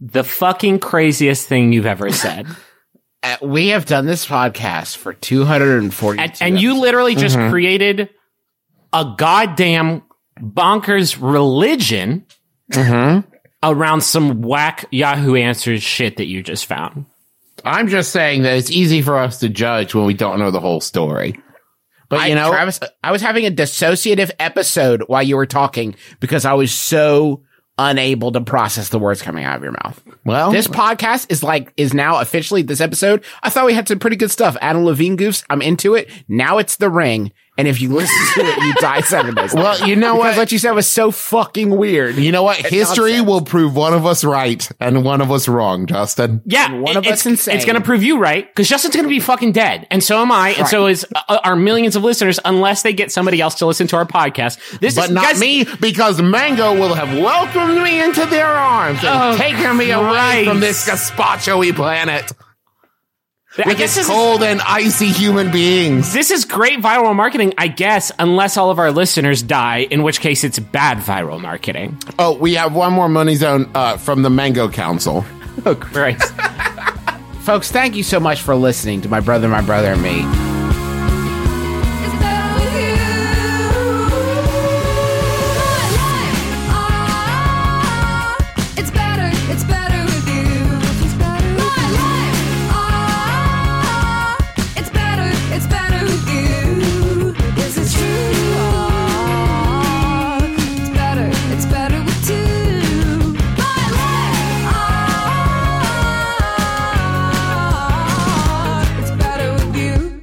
S4: the fucking craziest thing you've ever said.
S11: Uh, we have done this podcast for 240
S4: and, and you literally just
S11: Mhm.
S4: created a goddamn bonkers religion around some whack Yahoo Answers shit that you just found.
S2: I'm just saying that it's easy for us to judge when we don't know the whole story.
S11: But you know, Travis, I was having a dissociative episode while you were talking because I was so unable to process the words coming out of your mouth.
S2: Well,
S11: this podcast is like is now officially this episode. I thought we had some pretty good stuff. Adam Levine goofs. I'm into it. Now it's the ring. And if you listen to it, you die seven days.
S2: Well, you know
S11: what? What you said was so fucking weird.
S2: You know what? History will prove one of us right and one of us wrong, Justin.
S4: Yeah,
S11: one of
S4: it's,
S11: us insane.
S4: It's going to prove you right because Justin's going to be fucking dead, and so am I, and so is uh, our millions of listeners, unless they get somebody else to listen to our podcast. This
S2: but
S4: is
S2: not
S4: guys-
S2: me, because Mango will have welcomed me into their arms and
S4: Oh,
S2: taken me away
S4: Christ.
S2: from this gazpacho-y planet.
S4: I
S2: With
S4: guess
S2: its
S4: this is-
S2: cold and icy human beings.
S4: This is great viral marketing, I guess, unless all of our listeners die, in which case it's bad viral marketing.
S2: Oh, we have one more money zone uh, from the Mango Council.
S4: Oh, Christ.
S11: Folks, thank you so much for listening to my brother, my brother, and me.
S1: It's better, it's better with you. My life, ah, it's better, it's better with you. Ah, This is true. Ah, It's better, it's better with two. My life, ah, it's better with you.